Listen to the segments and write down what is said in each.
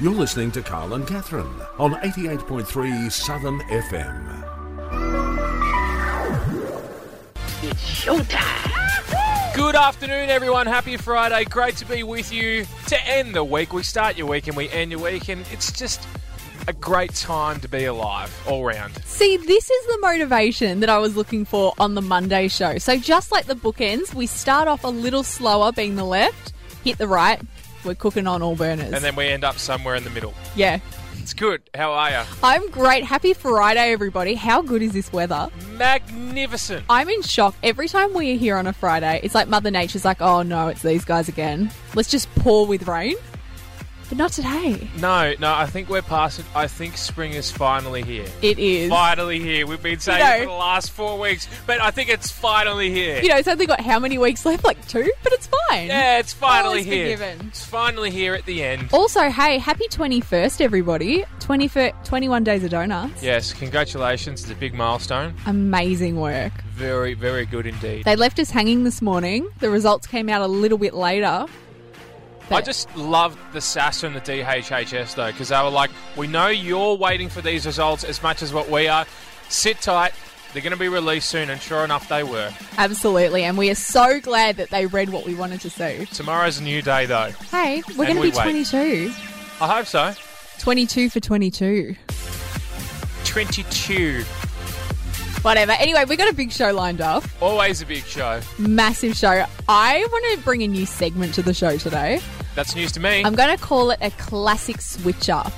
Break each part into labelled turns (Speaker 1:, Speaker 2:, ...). Speaker 1: You're listening to Carl and Catherine on 88.3 Southern FM.
Speaker 2: Good afternoon, everyone. Happy Friday. Great to be with you to end the week. We start your week and we end your week, and it's just a great time to be alive all round.
Speaker 3: See, this is the motivation that I was looking for on the Monday show. So, just like the bookends, we start off a little slower, being the left, hit the right, we're cooking on all burners.
Speaker 2: And then we end up somewhere in the middle.
Speaker 3: yeah.
Speaker 2: It's good. How are you?
Speaker 3: I'm great. Happy Friday, everybody. How good is this weather?
Speaker 2: Magnificent.
Speaker 3: I'm in shock. Every time we are here on a Friday, it's like Mother Nature's like, oh no, it's these guys again. Let's just pour with rain. But not today.
Speaker 2: No, no, I think we're past it. I think spring is finally here.
Speaker 3: It is.
Speaker 2: Finally here. We've been saying
Speaker 3: know-
Speaker 2: it for the last four weeks, but I think it's finally here.
Speaker 3: You know, it's only got how many weeks left? Like two? But it's fine.
Speaker 2: yeah, it's finally
Speaker 3: Always
Speaker 2: here.
Speaker 3: forgiven.
Speaker 2: It's finally here at the end.
Speaker 3: Also, hey, happy 21st, everybody. 21st, 21 days of donuts.
Speaker 2: Yes, congratulations. It's a big milestone.
Speaker 3: Amazing work.
Speaker 2: Very, very good indeed.
Speaker 3: They left us hanging this morning. The results came out a little bit later.
Speaker 2: I
Speaker 3: But-
Speaker 2: just loved the SAS and the DHHS though, because they were like, "We know you're waiting for these results as much as what we are. Sit tight; they're going to be released soon." And sure enough, they were.
Speaker 3: Absolutely. And we are so glad that they read what we wanted to see.
Speaker 2: Tomorrow's a new day, though.
Speaker 3: Hey, we're
Speaker 2: And
Speaker 3: going to
Speaker 2: we
Speaker 3: be
Speaker 2: wait.
Speaker 3: 22.
Speaker 2: I hope so.
Speaker 3: 22 for 22.
Speaker 2: Twenty-two,
Speaker 3: Whatever. Anyway, we got a big show lined up.
Speaker 2: always a big show.
Speaker 3: Massive show. I want to bring a new segment to the show today.
Speaker 2: That's news to me.
Speaker 3: I'm going to call it a classic switch up.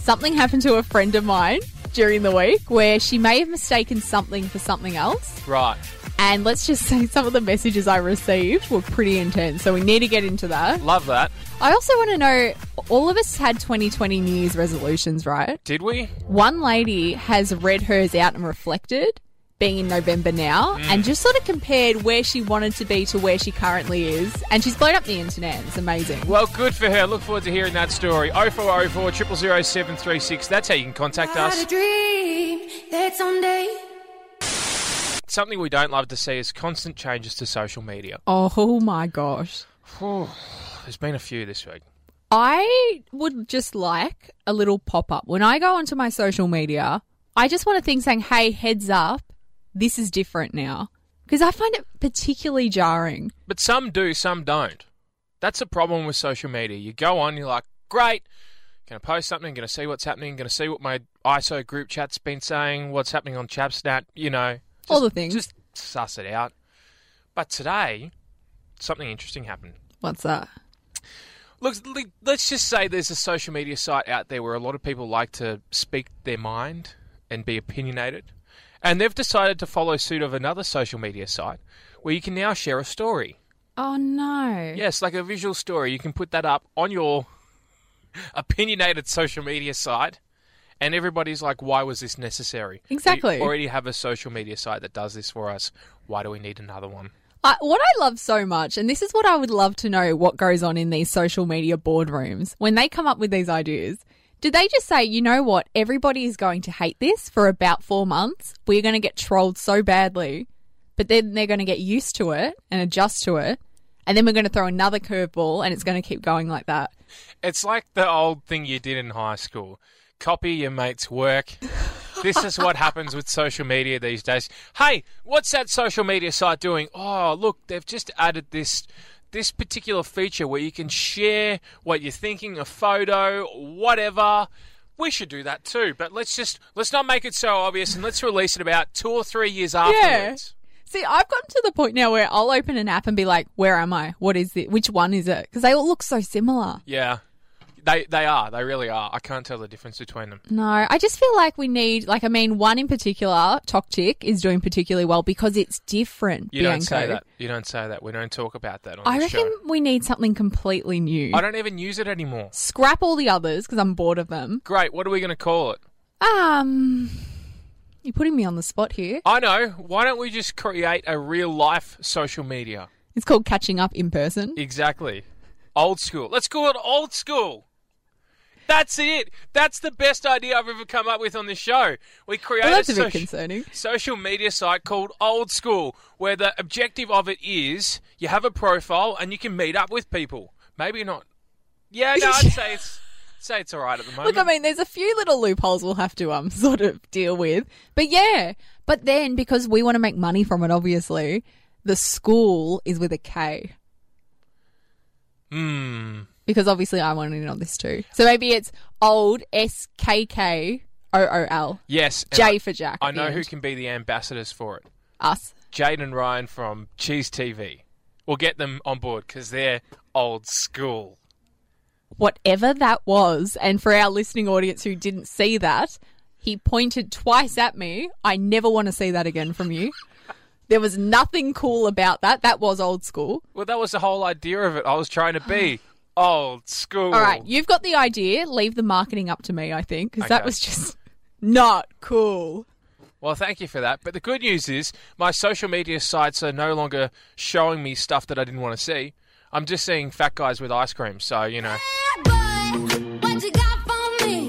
Speaker 3: Something happened to a friend of mine during the week where she may have mistaken something for something else.
Speaker 2: right.
Speaker 3: And let's just say some of the messages I received were pretty intense. So we need to get into that.
Speaker 2: Love that.
Speaker 3: I also want to know all of us had 2020 New Year's resolutions, right?
Speaker 2: Did we?
Speaker 3: One lady has read hers out and reflected, being in November now, and just sort of compared where she wanted to be to where she currently is. And she's blown up the internet. It's amazing.
Speaker 2: Well, good for her. Look forward to hearing that story. 0404 000 736. That's how you can contact
Speaker 4: I
Speaker 2: us.
Speaker 4: had a dream that someday
Speaker 2: Something we don't love to see is constant changes to social media.
Speaker 3: Oh my gosh.
Speaker 2: Phew. There's been a few this week.
Speaker 3: I would just like a little pop up. When I go onto my social media, I just want a thing saying, hey, heads up, this is different now. Because I find it particularly jarring.
Speaker 2: But some do, some don't. That's the problem with social media. You go on, you're like, great, gonna post something, gonna see what's happening, gonna see what my ISO group chat's been saying, what's happening on Chapsnap, you know. Just,
Speaker 3: All the things.
Speaker 2: Just suss it out. But today, something interesting happened.
Speaker 3: What's that?
Speaker 2: Look, le- let's just say there's a social media site out there where a lot of people like to speak their mind and be opinionated. And they've decided to follow suit of another social media site where you can now share a story.
Speaker 3: Oh no.
Speaker 2: Yes, like a visual story. You can put that up on your opinionated social media site, and everybody's like, why was this necessary?
Speaker 3: Exactly.
Speaker 2: We already have a social media site that does this for us. Why do we need another one?
Speaker 3: I, what I love so much, and this is what I would love to know what goes on in these social media boardrooms when they come up with these ideas. Do they just say, you know what, everybody is going to hate this for about four months? We're going to get trolled so badly, but then they're going to get used to it and adjust to it. And then we're going to throw another curveball and it's going to keep going like that.
Speaker 2: It's like the old thing you did in high school copy your mate's work. this is what happens with social media these days. Hey, what's that social media site doing? Oh, look, they've just added this. This particular feature where you can share what you're thinking, a photo, whatever. We should do that too, but let's just let's not make it so obvious and let's release it about two or three years afterwards.
Speaker 3: See, I've gotten to the point now where I'll open an app and be like, where am I? What is it? Which one is it? Because they all look so similar.
Speaker 2: Yeah. They they are, they really are. I can't tell the difference between them.
Speaker 3: No, I just feel like we need, like, I mean, one in particular, Tokchik, is doing particularly well because it's different.
Speaker 2: You
Speaker 3: Bianco.
Speaker 2: don't say that. You don't say that. We don't talk about that on
Speaker 3: I
Speaker 2: the
Speaker 3: reckon
Speaker 2: show.
Speaker 3: we need something completely new.
Speaker 2: I don't even use it anymore.
Speaker 3: Scrap all the others because I'm bored of them.
Speaker 2: Great. What are we going to call it?
Speaker 3: Um, you're putting me on the spot here.
Speaker 2: I know. Why don't we just create a real life social media?
Speaker 3: It's called catching up in person.
Speaker 2: Exactly. Old school. Let's call it old school. That's it. That's the best idea I've ever come up with on this show. We create
Speaker 3: Well, that's
Speaker 2: a
Speaker 3: a bit
Speaker 2: soci-
Speaker 3: concerning.
Speaker 2: social media site called Old School, where the objective of it is you have a profile and you can meet up with people. Maybe not. Yeah, no, I'd say it's say it's all right at the moment.
Speaker 3: Look, I mean, there's a few little loopholes we'll have to um sort of deal with. But yeah, but then because we want to make money from it, obviously, the school is with a K
Speaker 2: Hmm.
Speaker 3: because obviously I want in on this too. So maybe it's old S K K O O L
Speaker 2: Yes. and
Speaker 3: J for Jack.
Speaker 2: I, I
Speaker 3: at the
Speaker 2: know who
Speaker 3: end.
Speaker 2: can be the ambassadors for it.
Speaker 3: us.
Speaker 2: Jade and Ryan from Cheese TV. We'll get them on board because they're old school.
Speaker 3: Whatever that was, and for our listening audience who didn't see that, he pointed twice at me. I never want to see that again from you. There was nothing cool about that. That was old school.
Speaker 2: Well, that was the whole idea of it. I was trying to be old school.
Speaker 3: All right, you've got the idea. Leave the marketing up to me, I think, because that
Speaker 2: Okay.
Speaker 3: was just not cool.
Speaker 2: Well, thank you for that. But the good news is my social media sites are no longer showing me stuff that I didn't want to see. I'm just seeing fat guys with ice cream. So, you know,
Speaker 4: what you got for me?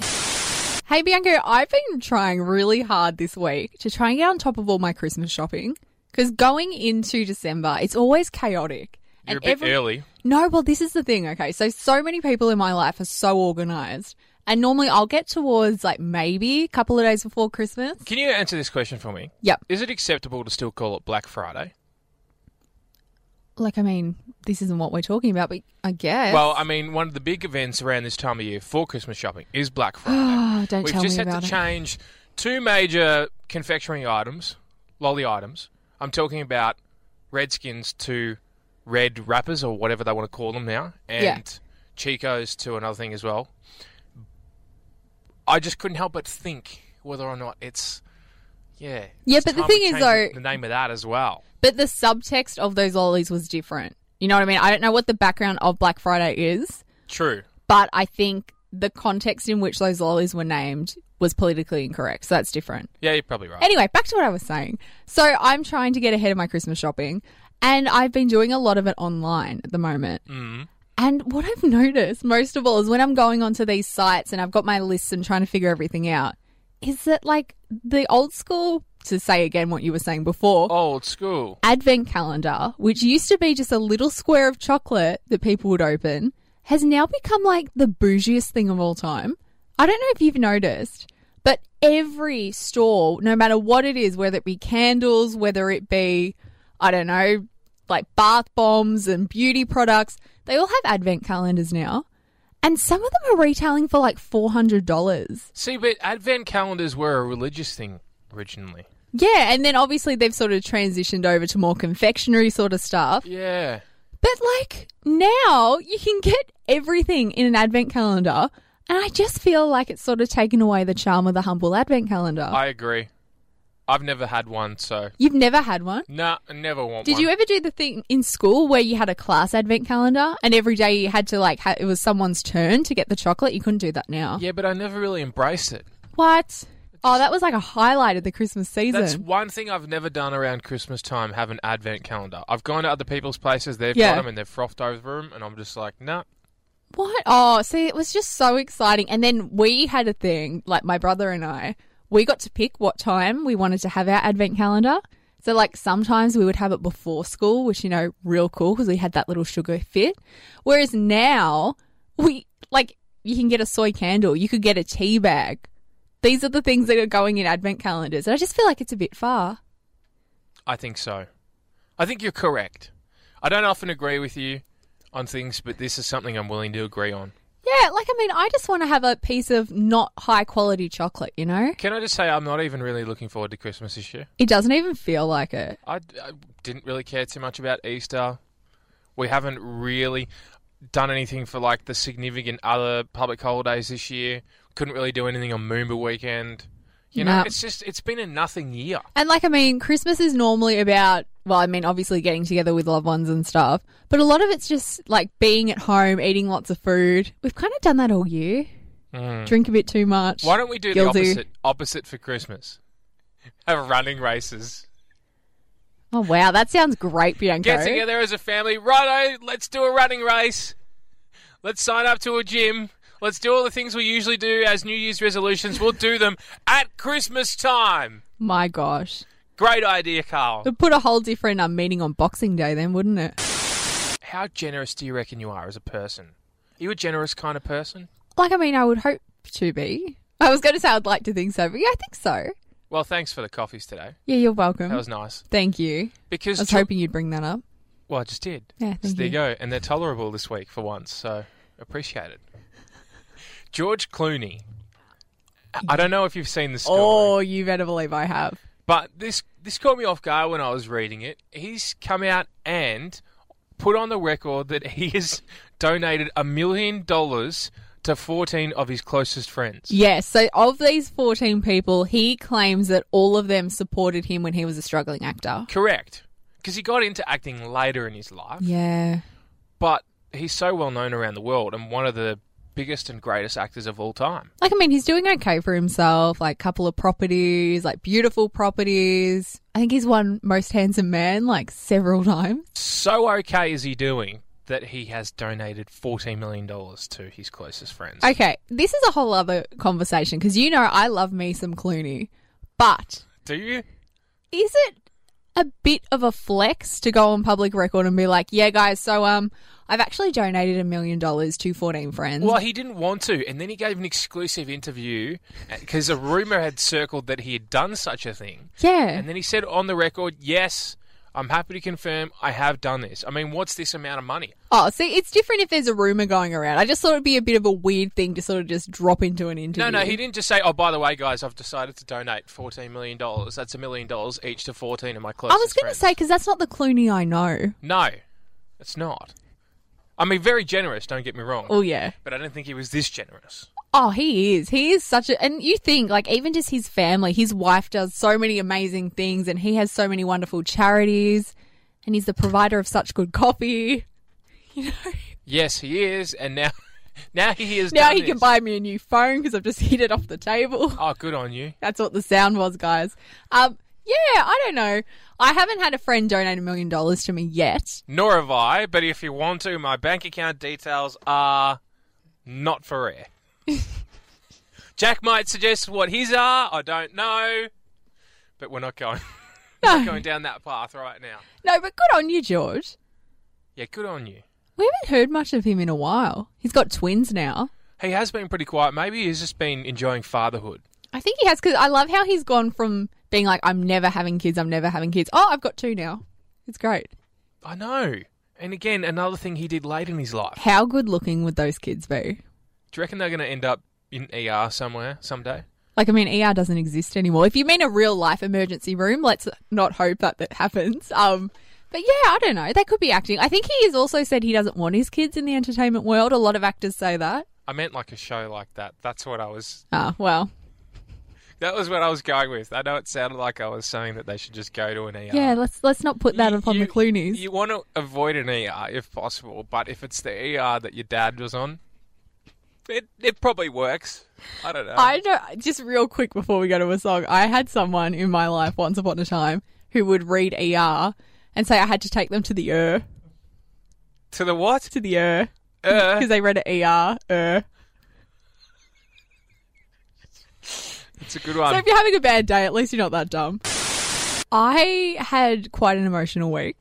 Speaker 3: Hey, Bianco, I've been trying really hard this week to try and get on top of all my Christmas shopping because going into December, it's always chaotic.
Speaker 2: you're a bit early.
Speaker 3: No, well, this is the thing, okay? So, so many people in my life are so organized. And normally I'll get towards like maybe a couple of days before Christmas.
Speaker 2: Can you answer this question for me?
Speaker 3: Yep.
Speaker 2: Is it acceptable to still call it Black Friday?
Speaker 3: Like, I mean, this isn't what we're talking about, but I guess.
Speaker 2: Well, I mean, one of the big events around this time of year for Christmas shopping is Black Friday.
Speaker 3: oh, don't
Speaker 2: We've
Speaker 3: tell
Speaker 2: just
Speaker 3: me
Speaker 2: had
Speaker 3: about
Speaker 2: to
Speaker 3: it.
Speaker 2: change two major confectionery items, lolly items. I'm talking about Redskins to red wrappers or whatever they want to call them now, and
Speaker 3: Yeah.
Speaker 2: Chico's to another thing as well. I just couldn't help but think whether or not it's yeah.
Speaker 3: Yeah,
Speaker 2: it's
Speaker 3: but the
Speaker 2: time
Speaker 3: thing
Speaker 2: we
Speaker 3: is,
Speaker 2: changed
Speaker 3: though-
Speaker 2: the name of that as well.
Speaker 3: But the subtext of those lollies was different. You know what I mean? I don't know what the background of Black Friday is,
Speaker 2: True.
Speaker 3: but I think the context in which those lollies were named was politically incorrect. So that's different.
Speaker 2: Yeah, you're probably right.
Speaker 3: Anyway, back to what I was saying. So I'm trying to get ahead of my Christmas shopping, and I've been doing a lot of it online at the moment.
Speaker 2: Mm.
Speaker 3: And what I've noticed most of all is when I'm going onto these sites and I've got my lists and trying to figure everything out, is that like the old school, to say again what you were saying before,
Speaker 2: Old school.
Speaker 3: advent calendar, which used to be just a little square of chocolate that people would open, has now become like the bougiest thing of all time. I don't know if you've noticed, but every store, no matter what it is, whether it be candles, whether it be, I don't know, like bath bombs and beauty products, they all have advent calendars now. And some of them are retailing for like $400.
Speaker 2: See, but advent calendars were a religious thing originally.
Speaker 3: Yeah, and then obviously they've sort of transitioned over to more confectionery sort of stuff.
Speaker 2: Yeah.
Speaker 3: But like now you can get everything in an advent calendar. And I just feel like it's sort of taken away the charm of the humble advent calendar.
Speaker 2: I agree. I've never had one, so
Speaker 3: You've never had one?
Speaker 2: nah, I never want
Speaker 3: Did
Speaker 2: one.
Speaker 3: you ever do the thing in school where you had a class advent calendar and every day you had to like, ha- it was someone's turn to get the chocolate? You couldn't do that now.
Speaker 2: yeah, but I never really embraced it.
Speaker 3: What? Oh, that was like a highlight of the Christmas season.
Speaker 2: That's one thing I've never done around Christmas time. Have an advent calendar. I've gone to other people's places. They've
Speaker 3: Yeah.
Speaker 2: got them and they've frothed over them, and I'm just like, nah.
Speaker 3: What? Oh, see, it was just so exciting. And then we had a thing, like my brother and I, we got to pick what time we wanted to have our advent calendar. So, like, sometimes we would have it before school, which, you know, real cool because we had that little sugar fit. Whereas now, we, like, you can get a soy candle, you could get a tea bag. These are the things that are going in advent calendars. And I just feel like it's a bit far.
Speaker 2: I think so. I think you're correct. I don't often agree with you on things, but this is something I'm willing to agree on.
Speaker 3: Yeah, like, I mean, I just want to have a piece of not high quality chocolate, you know?
Speaker 2: Can I just say I'm not even really looking forward to Christmas this year.
Speaker 3: It doesn't even feel like it.
Speaker 2: I, I didn't really care too much about Easter. We haven't really done anything for like the significant other public holidays this year. Couldn't really do anything on Moomba weekend. You know,
Speaker 3: No.
Speaker 2: it's just it's been a nothing year.
Speaker 3: And like, I mean, Christmas is normally about, well, I mean, obviously getting together with loved ones and stuff, but a lot of it's just like being at home, eating lots of food. We've kind of done that all year. Drink a bit too much.
Speaker 2: Mm. Why don't we do
Speaker 3: Guilty.
Speaker 2: the opposite? Opposite for Christmas. Have running races.
Speaker 3: Oh, wow. That sounds great, Bianca.
Speaker 2: Get together as a family. Righto, let's do a running race. Let's sign up to a gym. Let's do all the things we usually do as New Year's resolutions. We'll do them at Christmas time.
Speaker 3: My gosh.
Speaker 2: Great idea, Carl.
Speaker 3: It'd put a whole different um, meaning on Boxing Day then, wouldn't it?
Speaker 2: How generous do you reckon you are as a person? Are you a generous kind of person?
Speaker 3: Like, I mean, I would hope to be. I was going to say I'd like to think so, but yeah, I think so.
Speaker 2: Well, thanks for the coffees today.
Speaker 3: Yeah, you're welcome.
Speaker 2: That was nice.
Speaker 3: Thank you. Mm-hmm. I
Speaker 2: Because
Speaker 3: was
Speaker 2: cho-
Speaker 3: hoping you'd bring that up.
Speaker 2: well, I just did.
Speaker 3: Yeah,
Speaker 2: so
Speaker 3: thank
Speaker 2: there you
Speaker 3: you.
Speaker 2: go, and they're tolerable this week for once, so appreciate it. George Clooney. I- I don't know if you've seen the story.
Speaker 3: Oh, you better believe I have.
Speaker 2: But this this caught me off guard when I was reading it. He's come out and put on the record that he has donated a million dollars to 14 of his closest friends.
Speaker 3: Yes. So, of these 14 people, he claims that all of them supported him when he was a struggling actor.
Speaker 2: Correct. Because he got into acting later in his life,
Speaker 3: Yeah.
Speaker 2: but he's so well known around the world and one of the biggest and greatest actors of all time.
Speaker 3: Like, I mean, he's doing okay for himself, like, couple of properties, like, beautiful properties. I think he's won Most Handsome Man, like, several times.
Speaker 2: So okay is he doing that he has donated $14 million to his closest friends.
Speaker 3: Okay. This is a whole other conversation because you know I love me some Clooney, but
Speaker 2: Do you?
Speaker 3: is it a bit of a flex to go on public record and be like, yeah, guys, so, um, I've actually donated a million dollars to 14 friends?
Speaker 2: Well, he didn't want to, and then he gave an exclusive interview because a rumor had circled that he had done such a thing.
Speaker 3: Yeah.
Speaker 2: And then he said on the record, "Yes, I'm happy to confirm I have done this." I mean, what's this amount of money?
Speaker 3: Oh, see, it's different if there's a rumor going around. I just thought it'd be a bit of a weird thing to sort of just drop into an interview.
Speaker 2: No, no, he didn't just say, "Oh, by the way, guys, I've decided to donate 14 million dollars. That's a million dollars each to 14 of my
Speaker 3: I
Speaker 2: closest
Speaker 3: was going
Speaker 2: friends."
Speaker 3: to say because that's not the Clooney I know.
Speaker 2: "No, it's not." I mean, very generous. Don't get me wrong,
Speaker 3: Oh yeah.
Speaker 2: but I don't think he was this generous.
Speaker 3: Oh, he is. He is such a. And you think like even just his family, his wife does so many amazing things, and he has so many wonderful charities, and he's the provider of such good coffee.
Speaker 2: Yes, he is, and now, now he is.
Speaker 3: Now he can buy me a new phone because I've just hit it off the table.
Speaker 2: Oh, good on you.
Speaker 3: That's what the sound was, guys. Um, yeah, I don't know. I haven't had a friend donate a million dollars to me yet.
Speaker 2: Nor have I, but if you want to, my bank account details are not for air. Jack might suggest what his are, I don't know. But we're not going we're not going down that path right now.
Speaker 3: No, but good on you, George.
Speaker 2: Yeah, good on you.
Speaker 3: We haven't heard much of him in a while. He's got twins now.
Speaker 2: He has been pretty quiet. Maybe he's just been enjoying fatherhood.
Speaker 3: I think he has because I love how he's gone from being like, I'm never having kids, I'm never having kids. Oh, I've got two now. It's great.
Speaker 2: I know. And again, another thing he did late in his life.
Speaker 3: How good looking would those kids be?
Speaker 2: Do you reckon they're gonna end up in ER somewhere someday?
Speaker 3: Like, I mean, ER doesn't exist anymore. If you mean a real life emergency room, let's not hope that that happens. Um, but yeah, I don't know. They could be acting. I think he has also said he doesn't want his kids in the entertainment world. A lot of actors say that.
Speaker 2: I meant like a show like that. That's what I was
Speaker 3: Ah, well,
Speaker 2: That was what I was going with. I know it sounded like I was saying that they should just go to an ER.
Speaker 3: yeah. Let's let's not put that upon the Clooney's.
Speaker 2: You want to avoid an ER if possible, but if it's the ER that your dad was on, it it probably works. I don't know.
Speaker 3: I know. Just real quick before we go to a song, I had someone in my life once upon a time who would read ER and say I had to take them to the ER
Speaker 2: to the what?
Speaker 3: to the ER
Speaker 2: Uh,
Speaker 3: because they read it ER ER.
Speaker 2: it's a good
Speaker 3: So
Speaker 2: one.
Speaker 3: if you're having a bad day, at least you're not that dumb. I had quite an emotional week.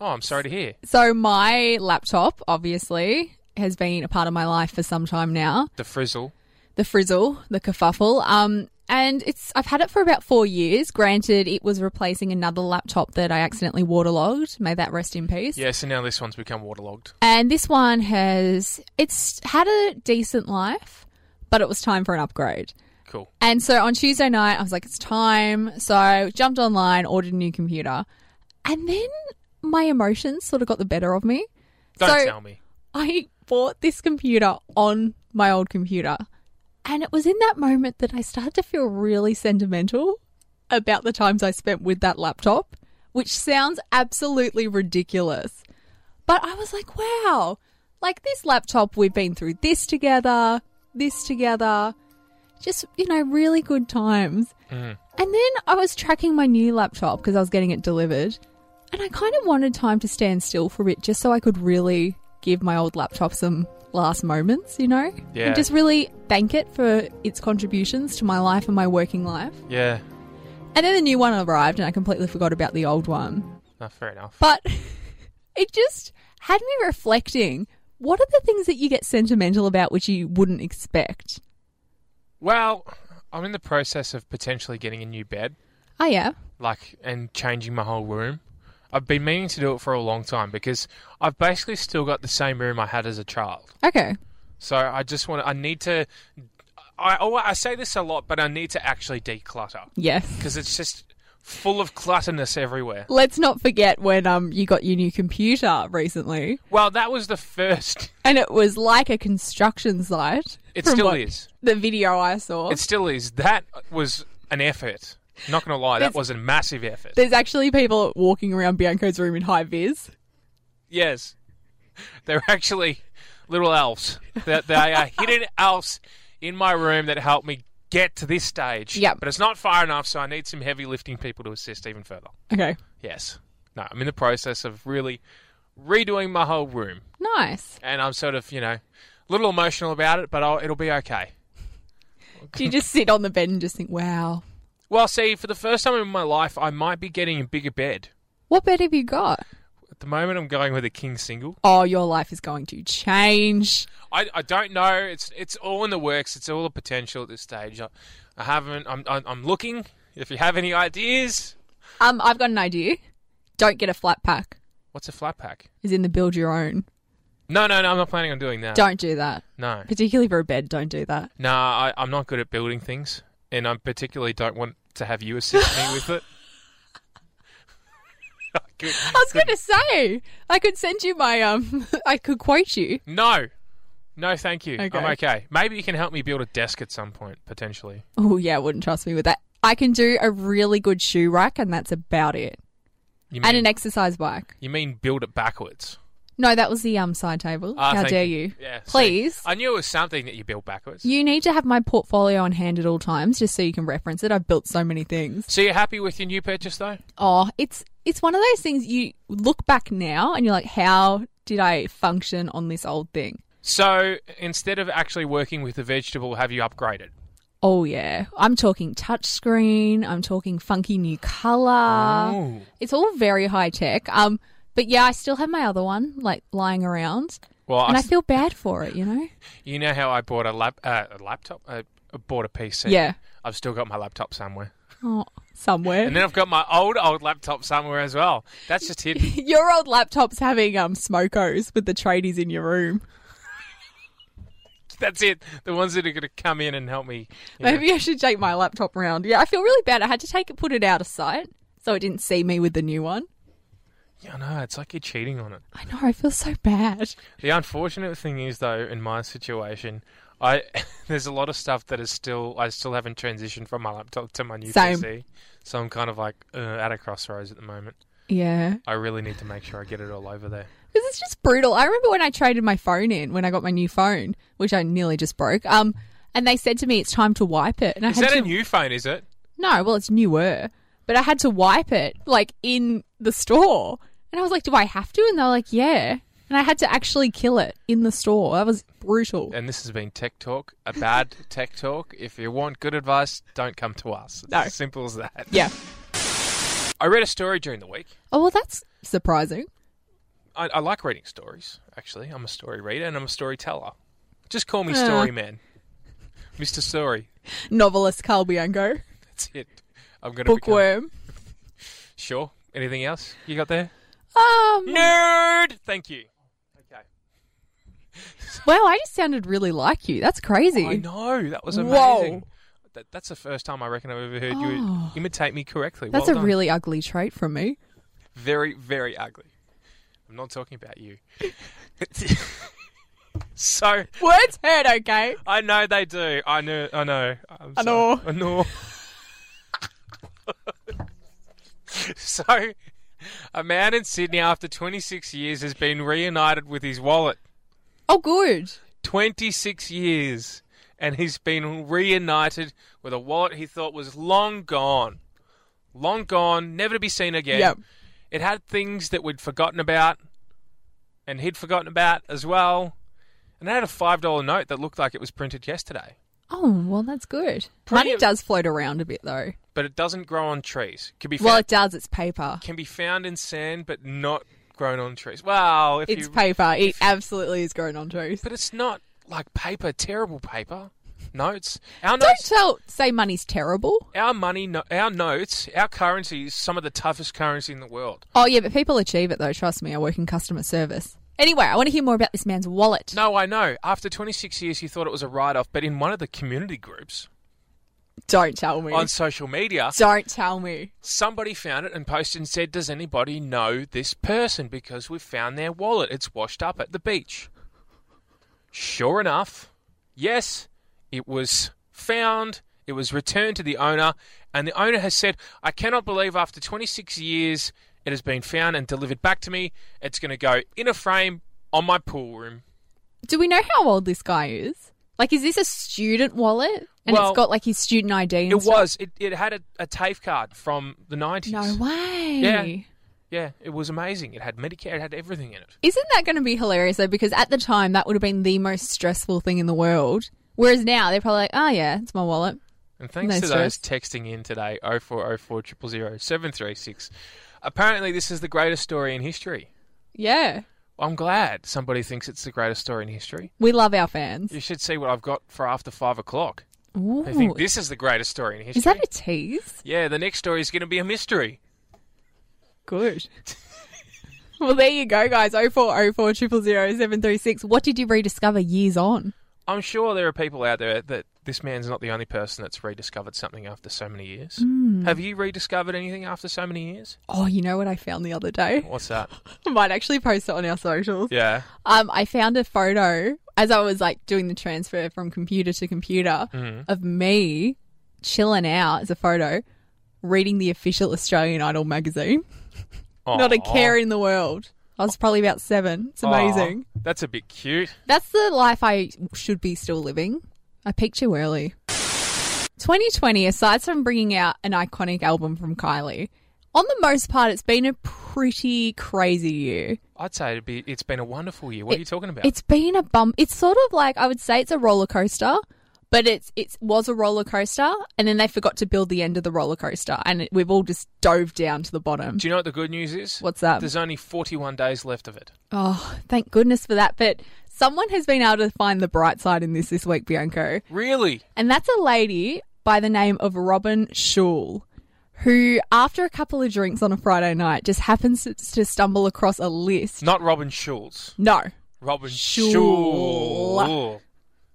Speaker 2: oh, I'm sorry to hear.
Speaker 3: So my laptop, obviously, has been a part of my life for some time now.
Speaker 2: The frizzle.
Speaker 3: the frizzle, the kerfuffle. Um, and it's I've had it for about four years. Granted, it was replacing another laptop that I accidentally waterlogged. May that rest in peace.
Speaker 2: Yeah, so now this one's become waterlogged.
Speaker 3: And this one has it's had a decent life, but it was time for an upgrade.
Speaker 2: Cool.
Speaker 3: And so on Tuesday night, I was like, it's time. So I jumped online, ordered a new computer, and then my emotions sort of got the better of me.
Speaker 2: Don't
Speaker 3: So-
Speaker 2: tell me.
Speaker 3: I bought this computer on my old computer. And it was in that moment that I started to feel really sentimental about the times I spent with that laptop, which sounds absolutely ridiculous. But I was like, wow, like this laptop, we've been through this together, this together, just, you know, really good times. And then I was tracking my new laptop because I was getting it delivered. And I kind of wanted time to stand still for it just so I could really give my old laptop some last moments, you know?
Speaker 2: Yeah.
Speaker 3: And just really thank it for its contributions to my life and my working life.
Speaker 2: Yeah.
Speaker 3: And then the new one arrived and I completely forgot about the old one.
Speaker 2: No, fair enough.
Speaker 3: But it just had me reflecting what are the things that you get sentimental about which you wouldn't expect?
Speaker 2: Well, I'm in the process of potentially getting a new bed,
Speaker 3: Oh, yeah.
Speaker 2: like, and changing my whole room. I've been meaning to do it for a long time because I've basically still got the same room I had as a child.
Speaker 3: Okay.
Speaker 2: So I just want to, I need to, I, oh, I say this a lot, but I need to actually declutter
Speaker 3: Yes.
Speaker 2: because it's just full of clutterness everywhere.
Speaker 3: Let's not forget when um you got your new computer recently,
Speaker 2: Well, that was the first.
Speaker 3: and it was like a construction site.
Speaker 2: It
Speaker 3: from
Speaker 2: still
Speaker 3: what-
Speaker 2: is.
Speaker 3: The video I saw.
Speaker 2: It still is. That was an effort. Not going to lie, that
Speaker 3: There's-
Speaker 2: was a massive effort.
Speaker 3: There's actually people walking around Bianco's room in high vis.
Speaker 2: Yes. They're actually little elves. That they are hidden elves in my room that help me get to this stage.
Speaker 3: Yep.
Speaker 2: But it's not far enough, so I need some heavy lifting people to assist even further.
Speaker 3: Okay.
Speaker 2: Yes. No, I'm in the process of really redoing my whole room.
Speaker 3: Nice.
Speaker 2: And I'm sort of, you know, a little emotional about it, but I'll, it'll be okay.
Speaker 3: Do you just sit on the bed and just think, wow,
Speaker 2: Well, see, for the first time in my life, I might be getting a bigger bed.
Speaker 3: what bed have you got?
Speaker 2: At the moment, I'm going with a king single.
Speaker 3: Oh, your life is going to change.
Speaker 2: I, I don't know. It's it's all in the works. It's all a potential at this stage. I, I haven't. I'm, I'm I'm looking. If you have any ideas,
Speaker 3: Um, I've got an idea. Don't get a flat pack.
Speaker 2: what's a flat pack?
Speaker 3: Is in the build your own.
Speaker 2: No, no, no. I'm not planning on doing that.
Speaker 3: Don't do that.
Speaker 2: No,
Speaker 3: Particularly for a bed, don't do that.
Speaker 2: no. I, I'm not good at building things, and I particularly don't want to have you assist me with it. Good.
Speaker 3: I was going to say, I could send you my, um, I could quote you.
Speaker 2: No, no. Thank you. I'm
Speaker 3: Okay.
Speaker 2: okay. Maybe you can help me build a desk at some point, potentially.
Speaker 3: Oh, yeah, wouldn't trust me with that. I can do a really good shoe rack, and that's about it.
Speaker 2: You
Speaker 3: And
Speaker 2: mean
Speaker 3: an exercise bike.
Speaker 2: you mean build it backwards?
Speaker 3: No, that was the um side table.
Speaker 2: Ah,
Speaker 3: How
Speaker 2: thank
Speaker 3: dare you?
Speaker 2: Yeah, see,
Speaker 3: Please.
Speaker 2: I knew it was something that you built backwards.
Speaker 3: You need to have my portfolio on hand at all times just so you can reference it. I've built so many things.
Speaker 2: So you're happy with your new purchase though?
Speaker 3: Oh, it's it's one of those things you look back now and you're like, how did I function on this old thing?
Speaker 2: So instead of actually working with the vegetable, have you upgraded?
Speaker 3: Oh yeah. I'm talking touchscreen, I'm talking funky new color.
Speaker 2: Oh.
Speaker 3: It's all very high tech. Um but yeah, I still have my other one like lying around
Speaker 2: Well, I
Speaker 3: and I
Speaker 2: s-
Speaker 3: feel bad for it, you know?
Speaker 2: you know how I bought a lap uh, a laptop. I I bought a PC.
Speaker 3: Yeah.
Speaker 2: I've still got my laptop somewhere,
Speaker 3: Oh, somewhere.
Speaker 2: and then I've got my old old laptop somewhere as well. That's just hidden.
Speaker 3: Your old laptop's having um smokos with the tradies in your room.
Speaker 2: That's it. The ones that are going to come in and help me. you know.
Speaker 3: Maybe I should take my laptop round. Yeah, I feel really bad. I had to take it, put it out of sight, so it didn't see me with the new one.
Speaker 2: Yeah, no, it's like you're cheating on it.
Speaker 3: I know. I feel so bad.
Speaker 2: The unfortunate thing is, though, in my situation, I there's a lot of stuff that is still I still haven't transitioned from my laptop to my new
Speaker 3: Same.
Speaker 2: PC, so I'm kind of like uh, at a crossroads at the moment.
Speaker 3: Yeah,
Speaker 2: I really need to make sure I get it all over there.
Speaker 3: because it's just brutal. I remember when I traded my phone in when I got my new phone, which I nearly just broke. Um, and they said to me it's time to wipe it, and I
Speaker 2: Is
Speaker 3: had
Speaker 2: that
Speaker 3: to.
Speaker 2: a new phone? Is it?
Speaker 3: no, well, it's newer, but I had to wipe it like in the store, and I was like, "Do I have to?" And they were like, "Yeah." And I had to actually kill it in the store. That was brutal.
Speaker 2: And this has been Tech Talk, a bad Tech Talk. If you want good advice, don't come to us. It's
Speaker 3: No.
Speaker 2: as simple as that.
Speaker 3: Yeah.
Speaker 2: I read a story during the week.
Speaker 3: Oh well, that's surprising.
Speaker 2: I, I like reading stories, actually. I'm a story reader and I'm a storyteller. Just call me
Speaker 3: Ah.
Speaker 2: Story Man. Mr. Story.
Speaker 3: Novelist Carl Bianco.
Speaker 2: That's it. I'm going to become...
Speaker 3: bookworm.
Speaker 2: Sure. Anything else you got there?
Speaker 3: Um,
Speaker 2: Nerd! Thank you. Okay.
Speaker 3: well, I just sounded really like you. That's crazy.
Speaker 2: Oh, I know. That was
Speaker 3: Whoa.
Speaker 2: amazing. That, that's the first time I reckon I've ever heard you
Speaker 3: Oh.
Speaker 2: imitate me correctly.
Speaker 3: That's
Speaker 2: well
Speaker 3: a
Speaker 2: done.
Speaker 3: really ugly trait from me.
Speaker 2: Very, very ugly. I'm not talking about you. so,
Speaker 3: Words hurt, okay?
Speaker 2: I know they do. I know. I know. I'm
Speaker 3: I know.
Speaker 2: sorry. I know. so, a man in Sydney after 26 years has been reunited with his wallet.
Speaker 3: Oh, good.
Speaker 2: 26 years, and he's been reunited with a wallet he thought was long gone, long gone, never to be seen again.
Speaker 3: Yep.
Speaker 2: It had things that we'd forgotten about, and he'd forgotten about as well. And it had a five dollar note that looked like it was printed yesterday.
Speaker 3: Oh, well, that's good.
Speaker 2: Pretty-
Speaker 3: Money does float around a bit, though.
Speaker 2: but it doesn't grow on trees. Can be found,
Speaker 3: Well, it does. It's paper.
Speaker 2: can be found in sand, but not grown on trees. Well, if
Speaker 3: It's
Speaker 2: you,
Speaker 3: paper. It absolutely is grown on trees.
Speaker 2: but it's not like paper, terrible paper notes. Our
Speaker 3: Don't
Speaker 2: notes,
Speaker 3: tell say money's terrible.
Speaker 2: our money, no, our notes, our currency is some of the toughest currency in the world.
Speaker 3: Oh yeah, but people achieve it though. Trust me, I work in customer service. Anyway, I want to hear more about this man's wallet.
Speaker 2: No, I know. After 26 years, he thought it was a write-off, but in one of the community groups
Speaker 3: Don't tell me.
Speaker 2: on social media,
Speaker 3: Don't tell me.
Speaker 2: somebody found it and posted and said, "Does anybody know this person? Because we found their wallet. It's washed up at the beach." Sure enough, yes, it was found. It was returned to the owner, and the owner has said, "I cannot believe after 26 years it has been found and delivered back to me. It's going to go in a frame on my pool room."
Speaker 3: Do we know how old this guy is? Like, is this a student wallet? And
Speaker 2: Well,
Speaker 3: it's got like his student ID. And
Speaker 2: It
Speaker 3: stuff?
Speaker 2: was. It, it had a, a TAFE card from the 90s.
Speaker 3: No way.
Speaker 2: Yeah. Yeah, it was amazing. It had Medicare. It had everything in it.
Speaker 3: Isn't that going to be hilarious though? Because at the time, that would have been the most stressful thing in the world. Whereas now, they're probably like, oh yeah, it's my wallet.
Speaker 2: And thanks
Speaker 3: No
Speaker 2: to those texting in today, 0404 000 736. Apparently, this is the greatest story in history.
Speaker 3: Yeah.
Speaker 2: I'm glad somebody thinks it's the greatest story in history.
Speaker 3: We love our fans.
Speaker 2: You should see what I've got for after five o'clock.
Speaker 3: Ooh.
Speaker 2: They think this is the greatest story in history.
Speaker 3: Is that a tease?
Speaker 2: yeah, the next story is going to be a mystery.
Speaker 3: Good. well, there you go, guys. 0404 736. What did you rediscover years on?
Speaker 2: I'm sure there are people out there that this man's not the only person that's rediscovered something after so many years.
Speaker 3: Hmm.
Speaker 2: Have you rediscovered anything after so many years?
Speaker 3: Oh, you know what I found the other day?
Speaker 2: What's that?
Speaker 3: I might actually post it on our socials.
Speaker 2: Yeah.
Speaker 3: Um, I found a photo as I was like doing the transfer from computer to computer
Speaker 2: Mm-hmm.
Speaker 3: of me chilling out as a photo, reading the official Australian Idol magazine. Not a
Speaker 2: Aw.
Speaker 3: care in the world. I was probably about seven. It's amazing.
Speaker 2: Aw, that's a bit cute.
Speaker 3: That's the life I should be still living. I peaked too early. 2020, aside from bringing out an iconic album from Kylie, on the most part, it's been a pretty crazy year.
Speaker 2: I'd say it'd be, it's been a wonderful year. What are you talking about?
Speaker 3: It's been a bump. It's sort of like I would say it's a roller coaster, but it's it was a roller coaster, and then they forgot to build the end of the roller coaster, and it, we've all just dove down to the bottom.
Speaker 2: Do you know what the good news is?
Speaker 3: What's that?
Speaker 2: There's only 41 days left of it.
Speaker 3: Oh, thank goodness for that. But someone has been able to find the bright side in this this week, Bianco,
Speaker 2: Really?
Speaker 3: and that's a lady by the name of Robin Schul. Who, after a couple of drinks on a Friday night, just happens to, to stumble across a list.
Speaker 2: Not Robin Schulz.
Speaker 3: No,
Speaker 2: Robin
Speaker 3: Schul.
Speaker 2: Schul.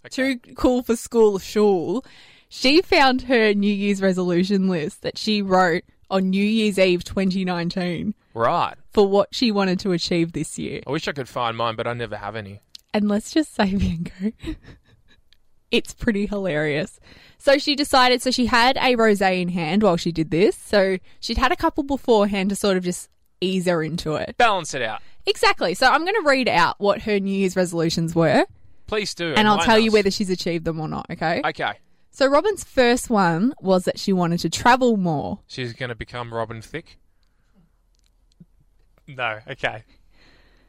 Speaker 3: too cool for school shul, she found her New Year's resolution list that she wrote on New Year's Eve 2019
Speaker 2: Right.
Speaker 3: for what she wanted to achieve this year.
Speaker 2: I wish I could find mine, but I never have any.
Speaker 3: And let's just say, Bianco, it's pretty hilarious. So she decided, so she had a rose in hand while she did this. So she'd had a couple beforehand to sort of just ease her into it.
Speaker 2: Balance it out.
Speaker 3: Exactly. So I'm going to read out what her New Year's resolutions were
Speaker 2: Please do.
Speaker 3: and I'll
Speaker 2: enlighten
Speaker 3: tell you
Speaker 2: us.
Speaker 3: whether she's achieved them or not, okay?
Speaker 2: Okay.
Speaker 3: So Robin's first one was that she wanted to travel more.
Speaker 2: She's going to become Robin Thick? No. Okay.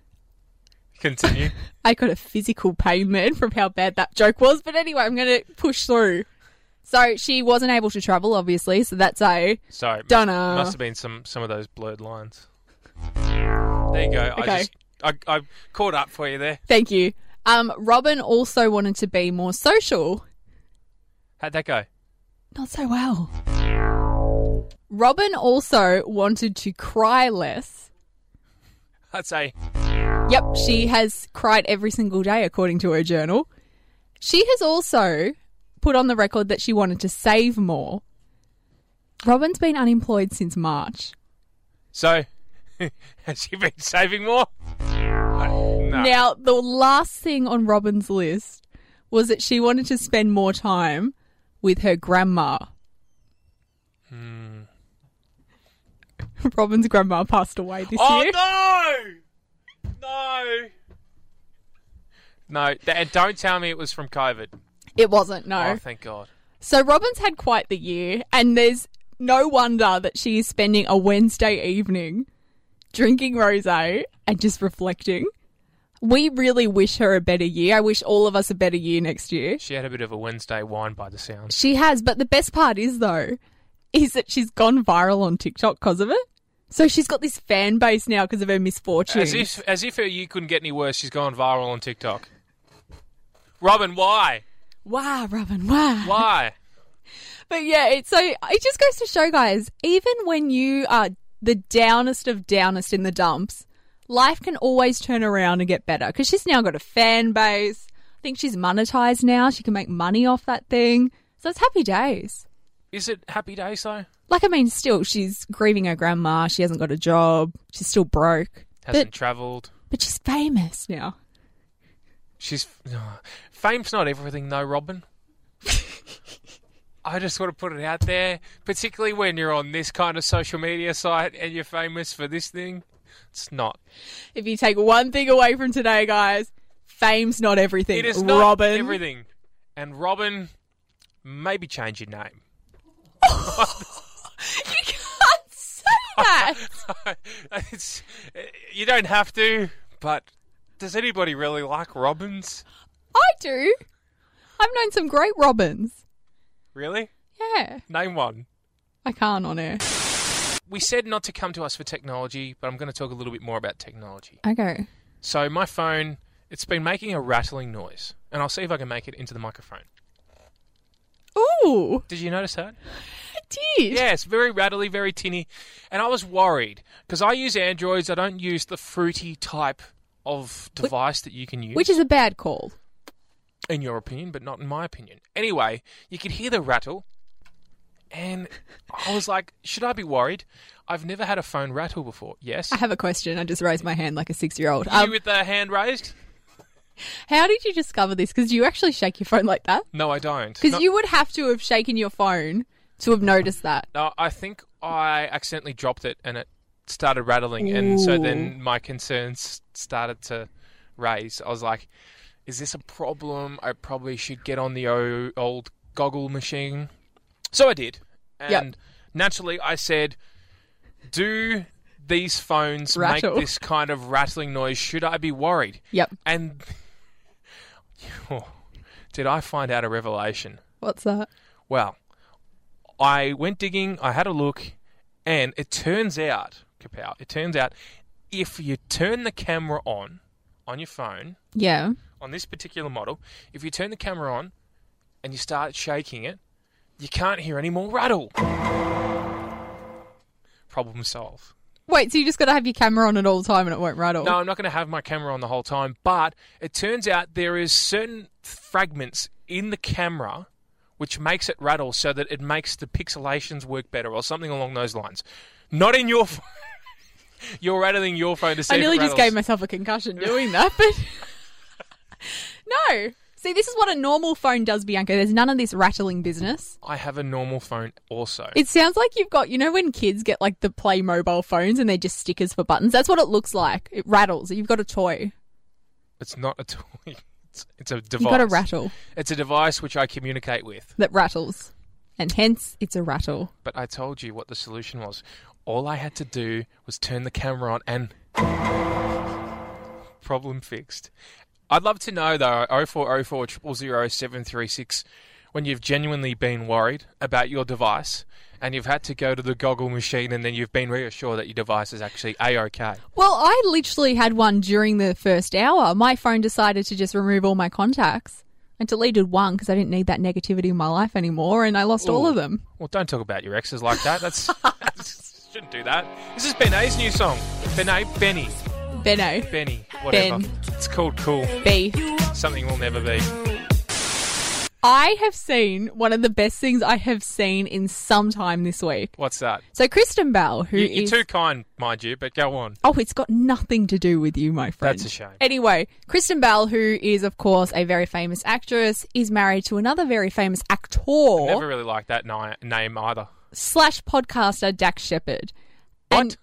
Speaker 2: Continue.
Speaker 3: I got a physical pain then from how bad that joke was, but anyway, I'm going to push through. So she wasn't able to travel, obviously, so that's a
Speaker 2: Sorry. must-
Speaker 3: Dunno.
Speaker 2: Must have been some, some of those blurred lines. There you go. I
Speaker 3: Okay.
Speaker 2: just. I, I caught up for you there.
Speaker 3: thank you. Um, Robin also wanted to be more social.
Speaker 2: How'd that go?
Speaker 3: Not so well. Robin also wanted to cry less.
Speaker 2: I'd say
Speaker 3: Yep, she has cried every single day, according to her journal. She has also put on the record that she wanted to save more. Robin's been unemployed since March.
Speaker 2: So, has she been saving more? No.
Speaker 3: Now, the last thing on Robin's list was that she wanted to spend more time with her grandma.
Speaker 2: Hmm.
Speaker 3: Robin's grandma passed away this
Speaker 2: oh
Speaker 3: year.
Speaker 2: no! No. No, th- and don't tell me it was from COVID.
Speaker 3: It wasn't, no.
Speaker 2: Oh, thank God.
Speaker 3: So Robin's had quite the year, and there's no wonder that she is spending a Wednesday evening drinking rosé and just reflecting. We really wish her a better year. I wish all of us a better year next year.
Speaker 2: She had a bit of a Wednesday wine by the sounds.
Speaker 3: She has, but the best part is though, is that she's gone viral on TikTok because of it. So she's got this fan base now because of her misfortune.
Speaker 2: As if, as if her you couldn't get any worse, she's gone viral on TikTok. Robin, why?
Speaker 3: wow, Robin, wow.
Speaker 2: Why?
Speaker 3: But yeah, it's so it just goes to show, guys. Even when you are the downest of downest in the dumps, life can always turn around and get better. Because she's now got a fan base. I think she's monetized now. She can make money off that thing. So it's happy days.
Speaker 2: Is it happy days though?
Speaker 3: Like I mean, still she's grieving her grandma. She hasn't got a job. She's still broke.
Speaker 2: Hasn't
Speaker 3: But-
Speaker 2: travelled.
Speaker 3: But she's famous now.
Speaker 2: She's oh, fame's not everything though, Robin. I just want to put it out there, particularly when you're on this kind of social media site and you're famous for this thing. It's not.
Speaker 3: If you take one thing away from today, guys, fame's not everything.
Speaker 2: It is not
Speaker 3: Robin.
Speaker 2: everything. And Robin, maybe change your name.
Speaker 3: You can't say that.
Speaker 2: it's, you don't have to, but does anybody really like Robins?
Speaker 3: I do. I've known some great Robins.
Speaker 2: Really?
Speaker 3: Yeah.
Speaker 2: Name one.
Speaker 3: I can't on air.
Speaker 2: We said not to come to us for technology, but I'm going to talk a little bit more about technology.
Speaker 3: Okay.
Speaker 2: So my phone, it's been making a rattling noise, and I'll see if I can make it into the microphone.
Speaker 3: Ooh,
Speaker 2: Did you notice that?
Speaker 3: I did.
Speaker 2: Yeah, it's very rattly, very tinny, and I was worried because I use Androids. I don't use the fruity type of device that you can use.
Speaker 3: Which is a bad call.
Speaker 2: in your opinion, but not in my opinion. Anyway, you could hear the rattle, and I was like, should I be worried? I've never had a phone rattle before. Yes.
Speaker 3: I have a question. I just raised my hand like a six year old.
Speaker 2: you
Speaker 3: Um,
Speaker 2: with the hand raised?
Speaker 3: how did you discover this? Because you actually shake your phone like that?
Speaker 2: No, I don't.
Speaker 3: Because
Speaker 2: No-
Speaker 3: you would have to have shaken your phone to have noticed that.
Speaker 2: No, I think I accidentally dropped it and it started rattling, and so then my concerns started to raise. I was like, is this a problem? I probably should get on the o- old goggle machine. So I did. And
Speaker 3: Yep.
Speaker 2: naturally, I said, do these phones
Speaker 3: Rattle.
Speaker 2: make this kind of rattling noise? Should I be worried?
Speaker 3: Yep.
Speaker 2: And did I find out a revelation?
Speaker 3: What's that?
Speaker 2: Well, I went digging, I had a look, and it turns out, Kapow, it turns out if you turn the camera on on your phone,
Speaker 3: Yeah.
Speaker 2: on this particular model, if you turn the camera on and you start shaking it, you can't hear any more rattle. Problem solved.
Speaker 3: Wait, so you just got to have your camera on at all time and it won't rattle?
Speaker 2: No, I'm not going to have my camera on the whole time, but it turns out there is certain fragments in the camera which makes it rattle so that it makes the pixelations work better or something along those lines. Not in your phone. You're rattling your phone to see
Speaker 3: I
Speaker 2: if it
Speaker 3: nearly just
Speaker 2: rattles.
Speaker 3: gave myself a concussion doing that, but no. See, this is what a normal phone does, Bianca. There's none of this rattling business.
Speaker 2: I have a normal phone also.
Speaker 3: It sounds like you've got, you know, when kids get like the play mobile phones and they're just stickers for buttons. That's what it looks like. It rattles. You've got a toy.
Speaker 2: It's not a toy. It's, it's a device.
Speaker 3: You've got a rattle
Speaker 2: It's a device which I communicate with.
Speaker 3: that rattles, and hence it's a rattle.
Speaker 2: But I told you what the solution was. All I had to do was turn the camera on and problem fixed. I'd love to know though, 0404 000 736, when you've genuinely been worried about your device and you've had to go to the goggle machine and then you've been reassured that your device is actually A OK.
Speaker 3: Well, I literally had one during the first hour. My phone decided to just remove all my contacts. I deleted one because I didn't need that negativity in my life anymore, and I lost all
Speaker 2: Ooh.
Speaker 3: of them.
Speaker 2: Well, don't talk about your exes like that. That's. shouldn't do that. This is Ben A's new song. Ben A, Benny.
Speaker 3: Benno.
Speaker 2: Benny, whatever.
Speaker 3: Ben.
Speaker 2: It's called Cool.
Speaker 3: B.
Speaker 2: Something will never be.
Speaker 3: I have seen one of the best things I have seen in some time this week.
Speaker 2: What's that?
Speaker 3: So Kristen Bell, who
Speaker 2: You,
Speaker 3: is
Speaker 2: you're too kind, mind you, but go on.
Speaker 3: oh, it's got nothing to do with you, my friend.
Speaker 2: That's a shame.
Speaker 3: Anyway, Kristen Bell, who is of course a very famous actress, is married to another very famous actor
Speaker 2: Never really liked that ni- name either.
Speaker 3: slash podcaster Dax Shepard.
Speaker 2: What?
Speaker 3: And-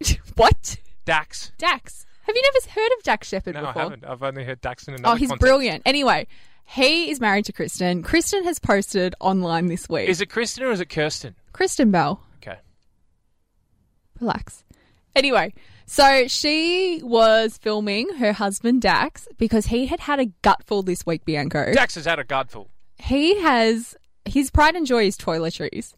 Speaker 3: what?
Speaker 2: Dax?
Speaker 3: Dax? Have you never heard of Dax Shepard
Speaker 2: No,
Speaker 3: before?
Speaker 2: I haven't. I've only heard Dax in another
Speaker 3: Oh, he's
Speaker 2: context.
Speaker 3: brilliant. Anyway, he is married to Kristen. Kristen has posted online this week.
Speaker 2: Is it Kristen or is it Kirsten?
Speaker 3: Kristen Bell?
Speaker 2: Okay.
Speaker 3: relax. Anyway, so she was filming her husband Dax because he had had a gutful this week, Bianco.
Speaker 2: Dax has had a godful.
Speaker 3: He has his pride and joy is toiletries.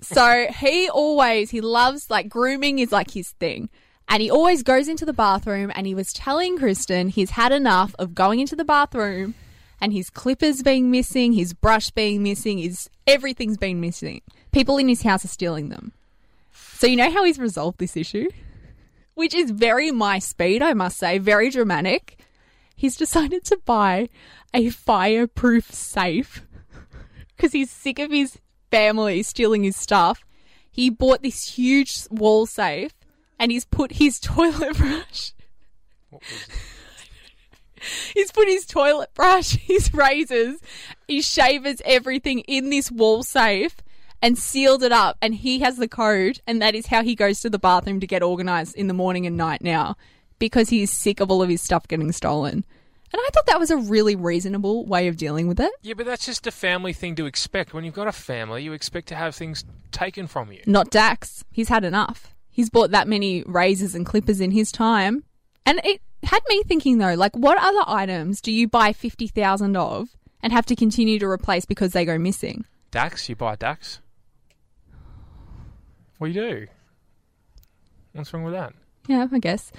Speaker 3: So he always he loves like grooming is like his thing. And he always goes into the bathroom and he was telling Kristen he's had enough of going into the bathroom and his clippers being missing, his brush being missing, his everything's been missing. People in his house are stealing them. So you know how he's resolved this issue? Which is very my speed, I must say, very dramatic. He's decided to buy a fireproof safe because he's sick of his family stealing his stuff. He bought this huge wall safe and he's put his toilet brush. He's put his toilet brush, his razors, his shavers, everything in this wall safe and sealed it up. And he has the code, and that is how he goes to the bathroom to get organized in the morning and night now because he is sick of all of his stuff getting stolen. And I thought that was a really reasonable way of dealing with it.
Speaker 2: Yeah, but that's just a family thing to expect. When you've got a family, you expect to have things taken from you.
Speaker 3: Not Dax. He's had enough. He's bought that many razors and clippers in his time. And it had me thinking though, like what other items do you buy 50,000 of and have to continue to replace because they go missing?
Speaker 2: Dax, you buy Dax? We do. What's wrong with that?
Speaker 3: Yeah, I guess.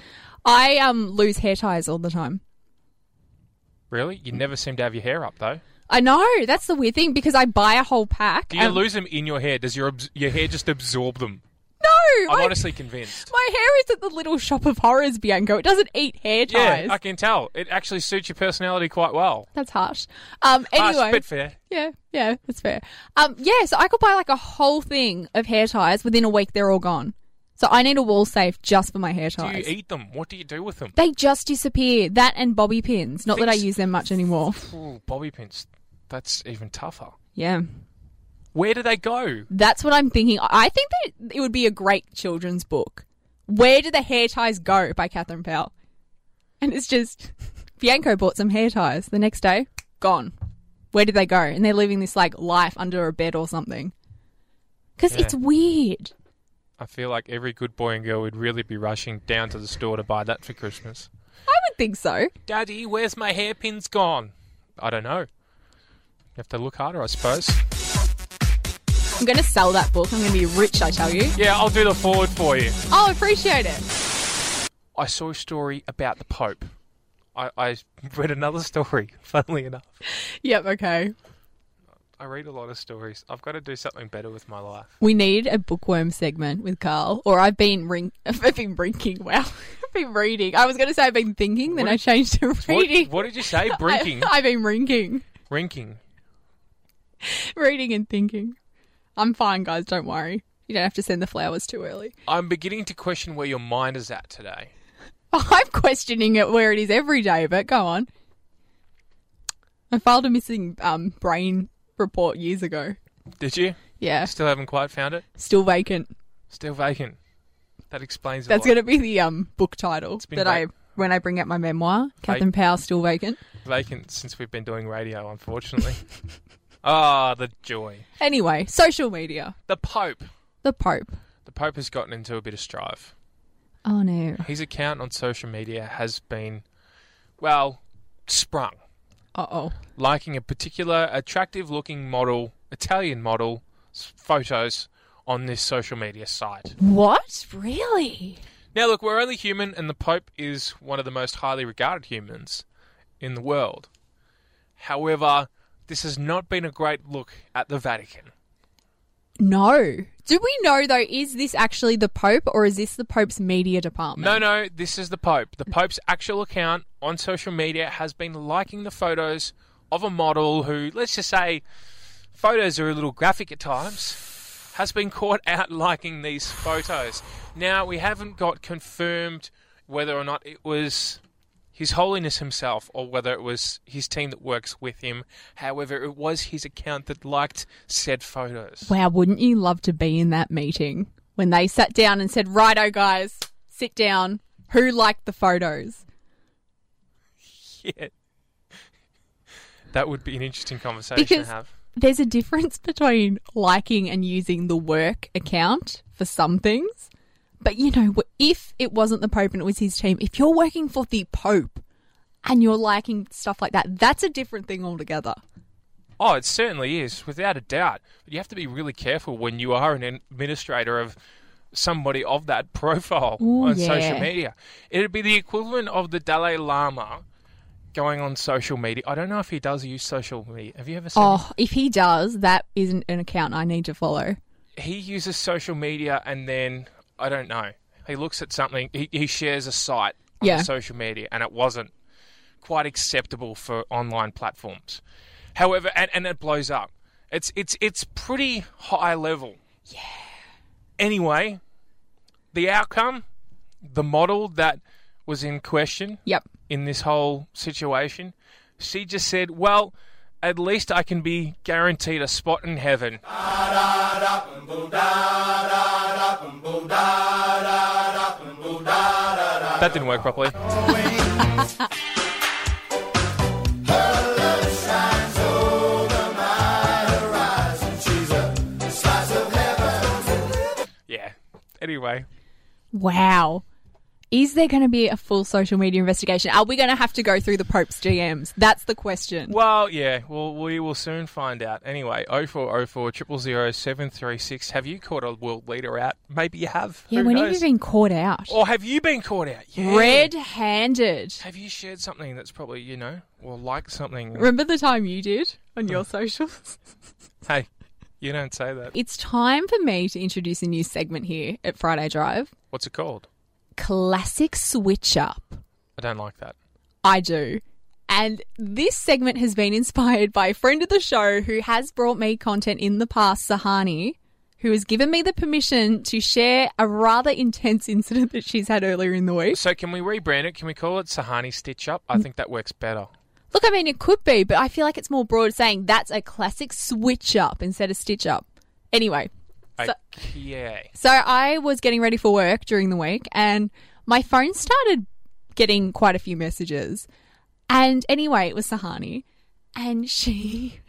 Speaker 3: I um lose hair ties all the time.
Speaker 2: Really? You never seem to have your hair up, though.
Speaker 3: I know, that's the weird thing because I buy a whole pack.
Speaker 2: Do you
Speaker 3: and-
Speaker 2: lose them in your hair? Does your abs- your hair just absorb them?
Speaker 3: No.
Speaker 2: I'm
Speaker 3: my-
Speaker 2: honestly convinced.
Speaker 3: my hair is at the little shop of horrors, Bianco. It doesn't eat hair ties.
Speaker 2: Yeah, I can tell. It actually suits your personality quite well.
Speaker 3: That's harsh. Um anyway.
Speaker 2: Harsh, but fair.
Speaker 3: Yeah, yeah, that's fair. Um, yeah, so I could buy like a whole thing of hair ties. Within a week, they're all gone. So I need a wall safe just for my hair
Speaker 2: Do you
Speaker 3: ties.
Speaker 2: eat them? What do you do with them?
Speaker 3: They just disappear. That and bobby pins. Not that I
Speaker 2: Things-
Speaker 3: use them much anymore.
Speaker 2: Ooh, bobby pins. That's even tougher.
Speaker 3: Yeah,
Speaker 2: Where do they go?
Speaker 3: that's what I'm thinking. I think that it would be a great children's book. Where do the hair ties go by Catherine Powell? And it's just Bianco bought some hair ties. The next day, gone. Where did they go? And they're living this like life under a bed or something. Because
Speaker 2: Yeah.
Speaker 3: it's weird.
Speaker 2: I feel like every good boy and girl would really be rushing down to the store to buy that for Christmas.
Speaker 3: I would think so.
Speaker 2: Daddy, where's my hairpins gone? I don't know. You have to look harder, I suppose.
Speaker 3: I'm going to sell that book. I'm going to be rich, I tell you.
Speaker 2: Yeah, I'll do the forward for you.
Speaker 3: Oh, appreciate it.
Speaker 2: I saw a story about the Pope. I, I read another story, funnily enough.
Speaker 3: Yep, okay.
Speaker 2: I read a lot of stories. I've got to do something better with my life.
Speaker 3: We need a bookworm segment with Carl, or I've been ring- I've been rinking. Wow, I've been reading. I was going to say I've been thinking, then
Speaker 2: What
Speaker 3: I
Speaker 2: did-
Speaker 3: changed to
Speaker 2: What,
Speaker 3: reading.
Speaker 2: what did you say?
Speaker 3: I-
Speaker 2: Brinking.
Speaker 3: I've been rinking,
Speaker 2: Rinking.
Speaker 3: reading and thinking. I'm fine, guys. Don't worry. You don't have to send the flowers too early.
Speaker 2: I'm beginning to question where your mind is at today.
Speaker 3: I'm questioning it where it is every day, but go on. I filed a missing um, brain report years ago.
Speaker 2: Did you?
Speaker 3: Yeah,
Speaker 2: Still haven't quite found it?
Speaker 3: still vacant.
Speaker 2: Still vacant. That explains a
Speaker 3: That's
Speaker 2: lot.
Speaker 3: going to be the um, book title
Speaker 2: been
Speaker 3: that I
Speaker 2: vac-
Speaker 3: when I bring out my memoir, Catherine Powell still vacant.
Speaker 2: Vacant since we've been doing radio, unfortunately. Ah, the joy.
Speaker 3: Anyway, social media,
Speaker 2: The Pope.
Speaker 3: the Pope.
Speaker 2: The Pope has gotten into a bit of strife.
Speaker 3: Oh no.
Speaker 2: His account on social media has been, well, sprung.
Speaker 3: Uh oh.
Speaker 2: liking a particular attractive looking model, Italian model, s- photos on this social media site.
Speaker 3: What? Really?
Speaker 2: Now, look, we're only human, and the Pope is one of the most highly regarded humans in the world. However, this has not been a great look at the Vatican.
Speaker 3: No. Do we know though? Is this actually the Pope or is this the Pope's media department?
Speaker 2: No, no, this is the Pope. The Pope's actual account on social media has been liking the photos of a model who, let's just say, photos are a little graphic at times, has been caught out liking these photos. Now, we haven't got confirmed whether or not it was His Holiness himself or whether it was his team that works with him. However, it was his account that liked said photos.
Speaker 3: Wow, wouldn't you love to be in that meeting when they sat down and said, "Righto, guys, sit down. Who liked the photos?"
Speaker 2: Yeah. That would be an interesting conversation
Speaker 3: Because-
Speaker 2: to have.
Speaker 3: there's a difference between liking and using the work account for some things. But you know, wh- if it wasn't the Pope and it was his team, if you're working for the Pope and you're liking stuff like that, that's a different thing altogether.
Speaker 2: Oh, it certainly is, without a doubt. But you have to be really careful when you are an administrator of somebody of that profile
Speaker 3: Ooh,
Speaker 2: on
Speaker 3: yeah.
Speaker 2: social media. It'd be the equivalent of the Dalai Lama going on social media. I don't know if he does use social media. Have you ever seen
Speaker 3: Oh, if he does, that isn't an account I need to follow.
Speaker 2: he uses social media and then I don't know. He looks at something. He, he shares a site on
Speaker 3: Yeah.
Speaker 2: social media, and it wasn't quite acceptable for online platforms. However, and, and it blows up. It's it's it's pretty high level. Yeah. Anyway, the outcome, the model that was in question
Speaker 3: Yep.
Speaker 2: in this whole situation, she just said, "Well, at least I can be guaranteed a spot in heaven." That didn't work properly. Yeah. Anyway,
Speaker 3: Wow. Is there going to be a full social media investigation? Are we going to have to go through the Pope's DMs? That's the question.
Speaker 2: well, yeah, well, we will soon find out. Anyway, 0404 000 736. Have you caught a world leader out? Maybe you have.
Speaker 3: yeah,
Speaker 2: Who
Speaker 3: when have
Speaker 2: knows?
Speaker 3: you been caught out?
Speaker 2: Or have you been caught out? Yeah.
Speaker 3: Red handed.
Speaker 2: Have you shared something that's probably, you know, or liked something?
Speaker 3: Remember the time you did on your socials?
Speaker 2: hey, you don't say that.
Speaker 3: It's time for me to introduce a new segment here at Friday Drive
Speaker 2: What's it called?
Speaker 3: Classic Switch Up.
Speaker 2: I don't like that.
Speaker 3: I do. And this segment has been inspired by a friend of the show who has brought me content in the past, Sahani, who has given me the permission to share a rather intense incident that she's had earlier in the week.
Speaker 2: So, can we rebrand it? Can we call it Sahani Stitch Up?
Speaker 3: Mm.
Speaker 2: I think that works better.
Speaker 3: Look, I mean, it could be, but I feel like it's more broad saying that's a classic switch up instead of stitch up. Anyway, So-
Speaker 2: Okay.
Speaker 3: So I was getting ready for work during the week and my phone started getting quite a few messages. And anyway, it was Sahani and she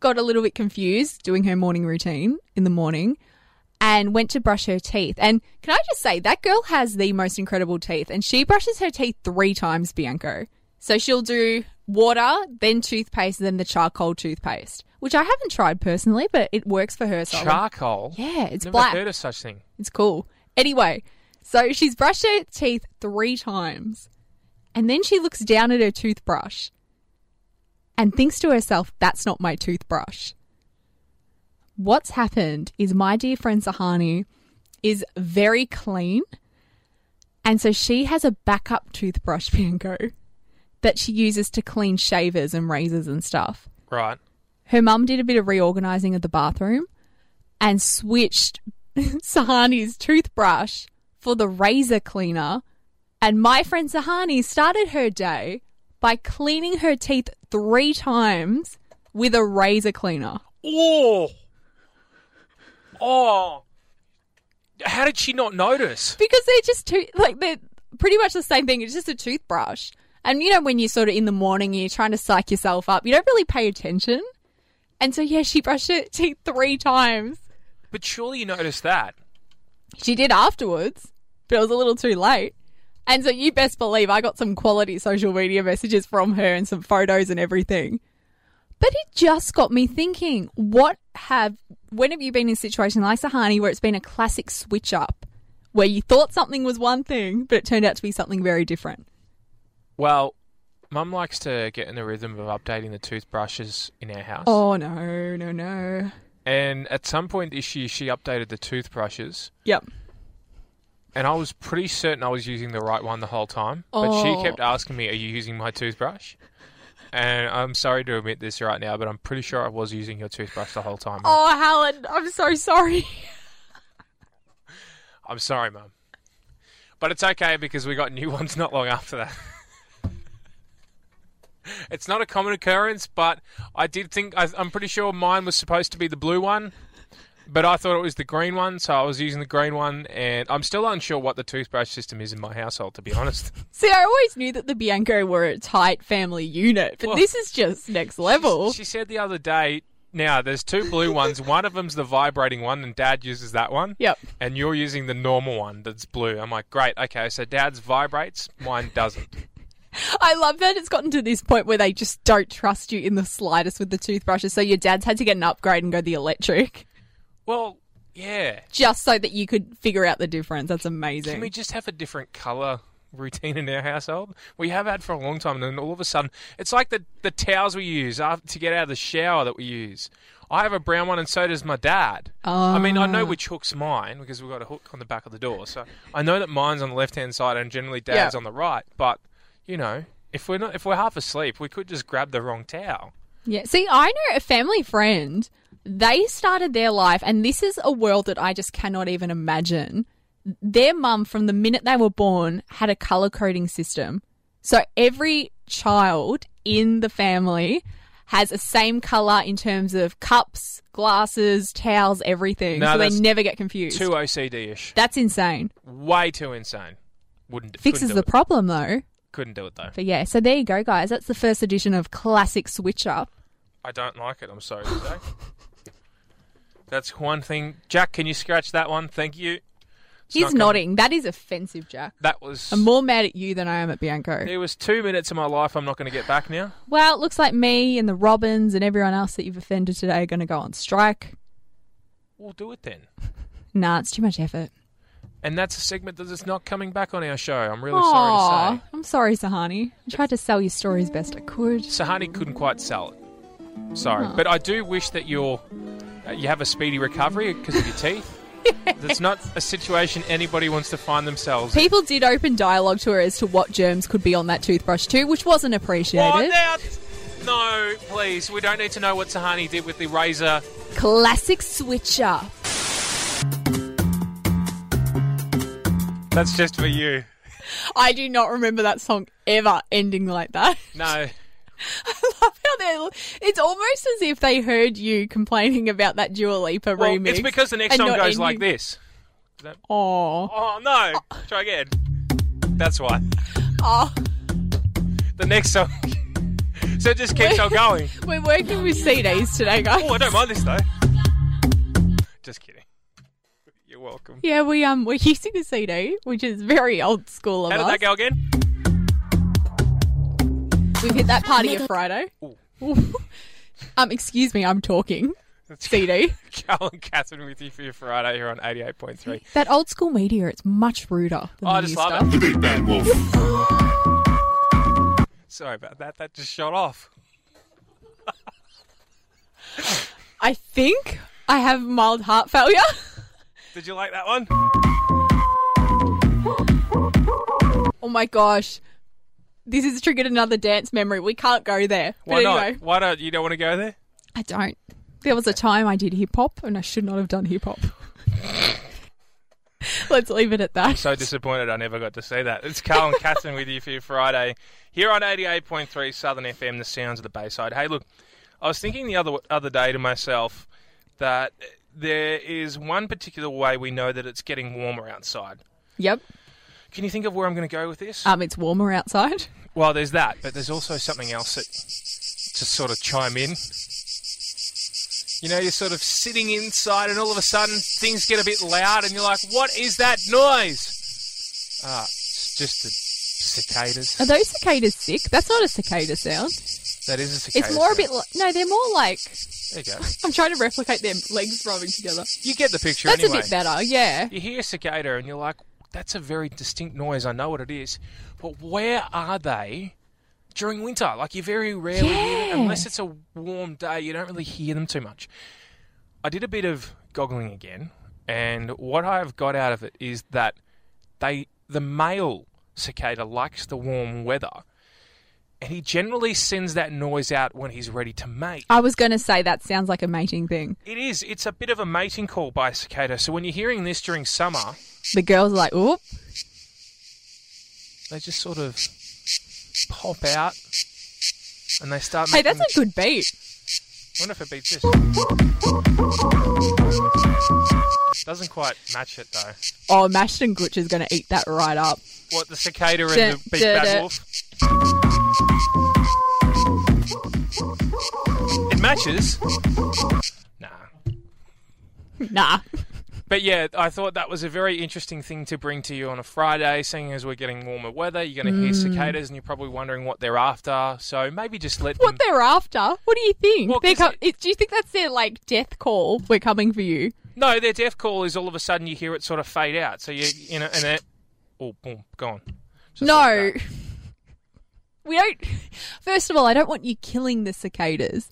Speaker 3: got a little bit confused doing her morning routine in the morning and went to brush her teeth. And can I just say that girl has the most incredible teeth and she brushes her teeth 3 times, Bianco. So she'll do water, then toothpaste, then the charcoal toothpaste, which I haven't tried personally, but it works for her. So I went-
Speaker 2: Charcoal?
Speaker 3: yeah, it's
Speaker 2: Never
Speaker 3: black.
Speaker 2: heard of such thing.
Speaker 3: It's cool. Anyway, so she's brushed her teeth three times. And then she looks down at her toothbrush and thinks to herself, that's not my toothbrush. What's happened is my dear friend Sahani is very clean. And so she has a backup toothbrush, Bianco, that she uses to clean shavers and razors and stuff
Speaker 2: Right.
Speaker 3: her mum did a bit of reorganizing of the bathroom and switched Sahani's toothbrush for the razor cleaner. And my friend Sahani started her day by cleaning her teeth three times with a razor cleaner.
Speaker 2: Oh. Oh. How did she not notice?
Speaker 3: Because they're just too, like, they're pretty much the same thing. It's just a toothbrush. And you know, when you're sort of in the morning and you're trying to psych yourself up, you don't really pay attention. And so, yeah, she brushed her teeth three times.
Speaker 2: But surely you noticed that.
Speaker 3: She did afterwards, but it was a little too late. And so you best believe I got some quality social media messages from her and some photos and everything. But it just got me thinking, what have when have you been in a situation like Sahani where it's been a classic switch up where you thought something was one thing, but it turned out to be something very different?
Speaker 2: Well, Mum likes to get in the rhythm of updating the toothbrushes in our house.
Speaker 3: Oh no, no, no.
Speaker 2: And at some point this year, she updated the toothbrushes.
Speaker 3: Yep.
Speaker 2: And I was pretty certain I was using the right one the whole time. But
Speaker 3: Oh.
Speaker 2: she kept asking me, Are you using my toothbrush? And I'm sorry to admit this right now, but I'm pretty sure I was using your toothbrush the whole time. Mum.
Speaker 3: Oh, Helen, I'm so sorry.
Speaker 2: I'm sorry, Mum. But it's okay because we got new ones not long after that. it's not a common occurrence, but I did think, I, I'm pretty sure mine was supposed to be the blue one, but I thought it was the green one, so I was using the green one, and I'm still unsure what the toothbrush system is in my household, to be honest.
Speaker 3: See, I always knew that the Bianco were a tight family unit, but
Speaker 2: Well,
Speaker 3: this is just next level.
Speaker 2: She said the other day, now there's two blue ones. One of them's the vibrating one, and Dad uses that one.
Speaker 3: Yep.
Speaker 2: And you're using the normal one that's blue. I'm like, great, okay. So Dad's vibrates, mine doesn't.
Speaker 3: I love that it's gotten to this point where they just don't trust you in the slightest with the toothbrushes. So your dad's had to get an upgrade and go the electric
Speaker 2: Well, yeah.
Speaker 3: just so that you could figure out the difference. That's amazing.
Speaker 2: Can we just have a different color routine in our household? We have had for a long time, and then all of a sudden, it's like the the towels we use after, to get out of the shower that we use. I have a brown one, and so does my dad. I mean, I
Speaker 3: Ah.
Speaker 2: know which hook's mine because we've got a hook on the back of the door, so I know that mine's on the left hand side, and generally dad's
Speaker 3: Yeah.
Speaker 2: on the right. But you know, if we're not if we're half asleep, we could just grab the wrong towel.
Speaker 3: Yeah. See, I know a family friend. They started their life, and this is a world that I just cannot even imagine. Their mum, from the minute they were born, had a color coding system. So every child in the family has a same color in terms of cups, glasses, towels, everything.
Speaker 2: No,
Speaker 3: so they
Speaker 2: that's
Speaker 3: never get confused.
Speaker 2: Too uh, OCD ish,
Speaker 3: that's insane.
Speaker 2: way too insane. Wouldn't
Speaker 3: Fixes
Speaker 2: couldn't
Speaker 3: the
Speaker 2: do it.
Speaker 3: problem, though.
Speaker 2: Couldn't do it though.
Speaker 3: But yeah, so there you go, guys. That's the first edition of Classic Switch Up.
Speaker 2: I don't like it. I'm sorry to say. That's one thing. Jack, can you scratch that one? Thank you. It's
Speaker 3: He's
Speaker 2: not gonna-
Speaker 3: nodding. That is offensive, Jack.
Speaker 2: That was.
Speaker 3: I'm more mad at you than I am at Bianco.
Speaker 2: It was two minutes of my life. I'm not going to get back now.
Speaker 3: Well, it looks like me and the Robins and everyone else that you've offended today are going to go on strike.
Speaker 2: We'll do it then.
Speaker 3: Nah, it's too much effort.
Speaker 2: And that's a segment that is not coming back on our show. I'm really
Speaker 3: Oh,
Speaker 2: sorry
Speaker 3: Aw, I'm sorry, Sahani. I tried to sell your story as best I could.
Speaker 2: to say. Sahani couldn't quite sell it. Sorry, but I do wish that you're uh, you have a speedy recovery because of your teeth. That's not a situation anybody wants to find themselves. in.
Speaker 3: People did open dialogue to her as to what germs could be on that toothbrush too, which wasn't
Speaker 2: Oh,
Speaker 3: appreciated.
Speaker 2: now- no, please. We don't need to know what Sahani did with the razor.
Speaker 3: Classic switch up.
Speaker 2: That's just for you.
Speaker 3: I do not remember that song ever ending like that.
Speaker 2: No.
Speaker 3: I feel they It's almost as if they heard you complaining about that Dua Lipa
Speaker 2: Well,
Speaker 3: remix.
Speaker 2: it's because the next
Speaker 3: and
Speaker 2: song
Speaker 3: not
Speaker 2: goes like
Speaker 3: ending-
Speaker 2: this.
Speaker 3: Aw.
Speaker 2: Oh no! Try again. That's why.
Speaker 3: Oh,
Speaker 2: The next song. so it just keeps on going.
Speaker 3: we're working with CDs today, guys.
Speaker 2: Oh, I don't mind this though. Just kidding. You're welcome.
Speaker 3: Yeah, we um we're using a CD, which is very old school of
Speaker 2: How did
Speaker 3: us.
Speaker 2: that go again?
Speaker 3: We've hit that party of Friday.
Speaker 2: Ooh.
Speaker 3: um, excuse me, I'm talking.
Speaker 2: That's
Speaker 3: CD.
Speaker 2: Carl and Catherine with you for your Friday here on 88.3.
Speaker 3: That old school media, it's much ruder than
Speaker 2: Oh,
Speaker 3: the
Speaker 2: I just
Speaker 3: new
Speaker 2: love
Speaker 3: stuff.
Speaker 2: it.
Speaker 1: Big Bad Wolf.
Speaker 2: Sorry about that. That just shot off.
Speaker 3: I think I have mild heart failure.
Speaker 2: Did you like that one?
Speaker 3: oh my gosh. This has triggered another dance memory. We can't go there.
Speaker 2: Why
Speaker 3: but
Speaker 2: not?
Speaker 3: anyway,
Speaker 2: Why not? You don't want to go there?
Speaker 3: I don't. There was a time I did hip hop and I should not have done hip hop. Let's leave it at that.
Speaker 2: So disappointed I never got to see that. It's Carl and Catherine with you for your Friday here on 88.3 Southern FM, the sounds of the Bayside. Hey, look, I was thinking the other other day to myself that there is one particular way we know that it's getting warmer outside.
Speaker 3: Yep.
Speaker 2: Can you think of where I'm going to go with this?
Speaker 3: Um, it's warmer outside.
Speaker 2: well, there's that, but there's also something else that to sort of chime in. You know, you're sort of sitting inside, and all of a sudden things get a bit loud, and you're like, "What is that noise?" Ah, it's just the cicadas.
Speaker 3: Are those cicadas sick? That's not a cicada sound.
Speaker 2: That is a cicada.
Speaker 3: It's more a
Speaker 2: sound.
Speaker 3: bit. Li- no, they're more like.
Speaker 2: There you go.
Speaker 3: I'm trying to replicate their legs rubbing together.
Speaker 2: You get the picture
Speaker 3: That's
Speaker 2: anyway.
Speaker 3: a bit better. Yeah.
Speaker 2: You hear a cicada, and you're like, "That's a very distinct noise. I know what it is." But where are they during winter? Like, you very rarely hear
Speaker 3: Yeah.
Speaker 2: them unless it's a warm day. You don't really hear them too much. I did a bit of goggling again, and what I have got out of it is that they the male cicada likes the warm weather, and he generally sends that noise out when he's ready to mate.
Speaker 3: I was going to say that sounds like a mating thing.
Speaker 2: It is. It's a bit of a mating call by a cicada. So when you're hearing this during summer,
Speaker 3: The girls are like, "Oop,
Speaker 2: they just sort of pop out and they start
Speaker 3: hey,
Speaker 2: making.
Speaker 3: that's a good beat."
Speaker 2: I wonder if it beats this. Doesn't quite match it though.
Speaker 3: Oh, Mashton Glitch is going to eat that right up.
Speaker 2: What the cicada and the
Speaker 3: Dun,
Speaker 2: big
Speaker 3: dun,
Speaker 2: bad
Speaker 3: dun.
Speaker 2: wolf? It matches. Nah.
Speaker 3: Nah,
Speaker 2: But yeah, I thought that was a very interesting thing to bring to you on a Friday, seeing as we're getting warmer weather. You're going to hear
Speaker 3: Mm.
Speaker 2: cicadas, and you're probably wondering what they're after. So maybe just let them.
Speaker 3: What they're after? What do you think?
Speaker 2: Well,
Speaker 3: They're
Speaker 2: 'cause
Speaker 3: co- it- do you think that's their like death call? We're coming for you.
Speaker 2: No, their death call is all of a sudden you hear it sort of fade out. So you, you know, and it, oh, boom, gone. Just
Speaker 3: no.
Speaker 2: like that.
Speaker 3: we don't. First of all, I don't want you killing the cicadas.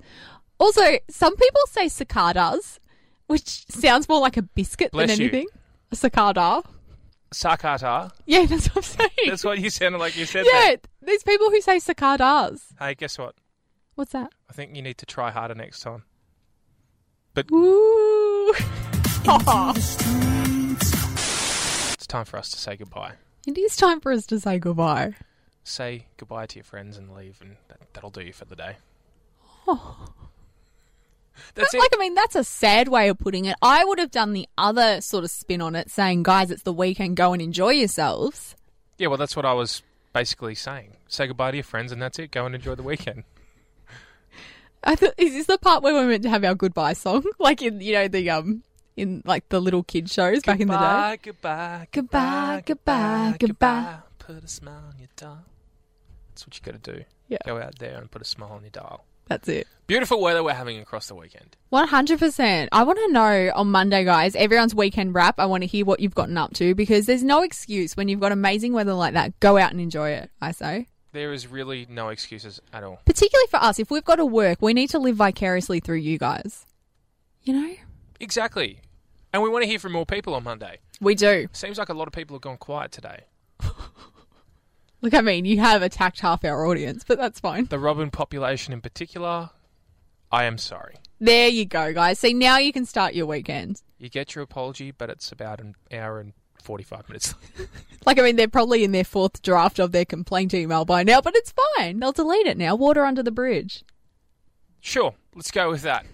Speaker 3: Also, some people say cicadas, which sounds more like a biscuit
Speaker 2: Bless
Speaker 3: than
Speaker 2: you.
Speaker 3: anything. A cicada.
Speaker 2: Sakata.
Speaker 3: Yeah, that's what I'm saying.
Speaker 2: That's what you sounded like you said.
Speaker 3: yeah, there's people who say cicadas.
Speaker 2: That. Hey, guess what?
Speaker 3: What's that?
Speaker 2: I think you need to try harder next time. But
Speaker 3: Ooh.
Speaker 2: it's time for us to say goodbye.
Speaker 3: It is time for us to say goodbye.
Speaker 2: Say goodbye to your friends and leave, and that, that'll do you for the day. That's it.
Speaker 3: Oh. Like, I mean, that's a sad way of putting it. I would have done the other sort of spin on it, saying, guys, it's the weekend, go and enjoy yourselves.
Speaker 2: Yeah, well, that's what I was basically saying. Say goodbye to your friends, and that's it. Go and enjoy the weekend.
Speaker 3: I thought, is this the part where we're meant to have our goodbye song? Like in, you know, the, um, in like the little kid shows back in the day?
Speaker 2: Goodbye, goodbye,
Speaker 3: Goodbye, goodbye, goodbye.
Speaker 2: Put a smile on your dial. That's what you got to do.
Speaker 3: Yeah.
Speaker 2: Go out there and put a smile on your dial.
Speaker 3: That's it.
Speaker 2: Beautiful weather we're having across the weekend.
Speaker 3: 100%. I want to know on Monday, guys, everyone's weekend wrap. I want to hear what you've gotten up to because there's no excuse when you've got amazing weather like that. Go out and enjoy it, I say.
Speaker 2: There is really no excuses at all.
Speaker 3: Particularly for us, if we've got to work, we need to live vicariously through you guys. You know?
Speaker 2: Exactly. And we want to hear from more people on Monday.
Speaker 3: We do.
Speaker 2: Seems like a lot of people have gone quiet today.
Speaker 3: Look, I mean, you have attacked half our audience, but that's fine.
Speaker 2: The Robin population in particular, I am sorry.
Speaker 3: There you go, guys. See, now you can start your weekend.
Speaker 2: You get your apology, but it's about an hour and 45 minutes.
Speaker 3: Like, I mean, they're probably in their fourth draft of their complaint email by now, but it's fine. They'll delete it now. Water under the bridge.
Speaker 2: sure, let's go with that.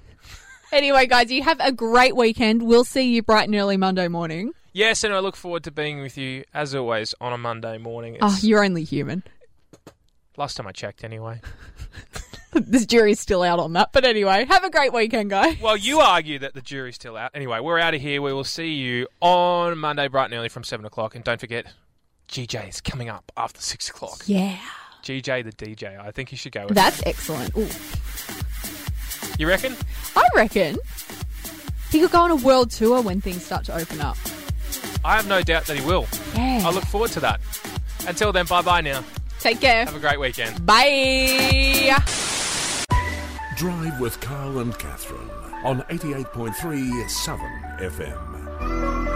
Speaker 3: Anyway, guys, you have a great weekend. We'll see you bright and early Monday morning.
Speaker 2: Yes, and I look forward to being with you, as always, on a Monday morning.
Speaker 3: Oh,
Speaker 2: It's-
Speaker 3: you're only human.
Speaker 2: last time I checked, anyway.
Speaker 3: This jury's still out on that. But anyway, have a great weekend, guys.
Speaker 2: Well, you argue that the jury's still out. Anyway, we're out of here. We will see you on Monday, bright and early from 7 o'clock. And don't forget, GJ is coming up after 6 o'clock.
Speaker 3: Yeah.
Speaker 2: GJ the DJ. I think you should go with
Speaker 3: That's excellent. Ooh,
Speaker 2: You reckon?
Speaker 3: I reckon he could go on a world tour when things start to open up.
Speaker 2: I have no doubt that he will.
Speaker 3: Yeah.
Speaker 2: I look forward to that. Until then, bye bye now.
Speaker 3: Take care.
Speaker 2: Have a great weekend.
Speaker 3: Bye.
Speaker 1: Drive with Carl and Catherine on 88.3 Southern FM.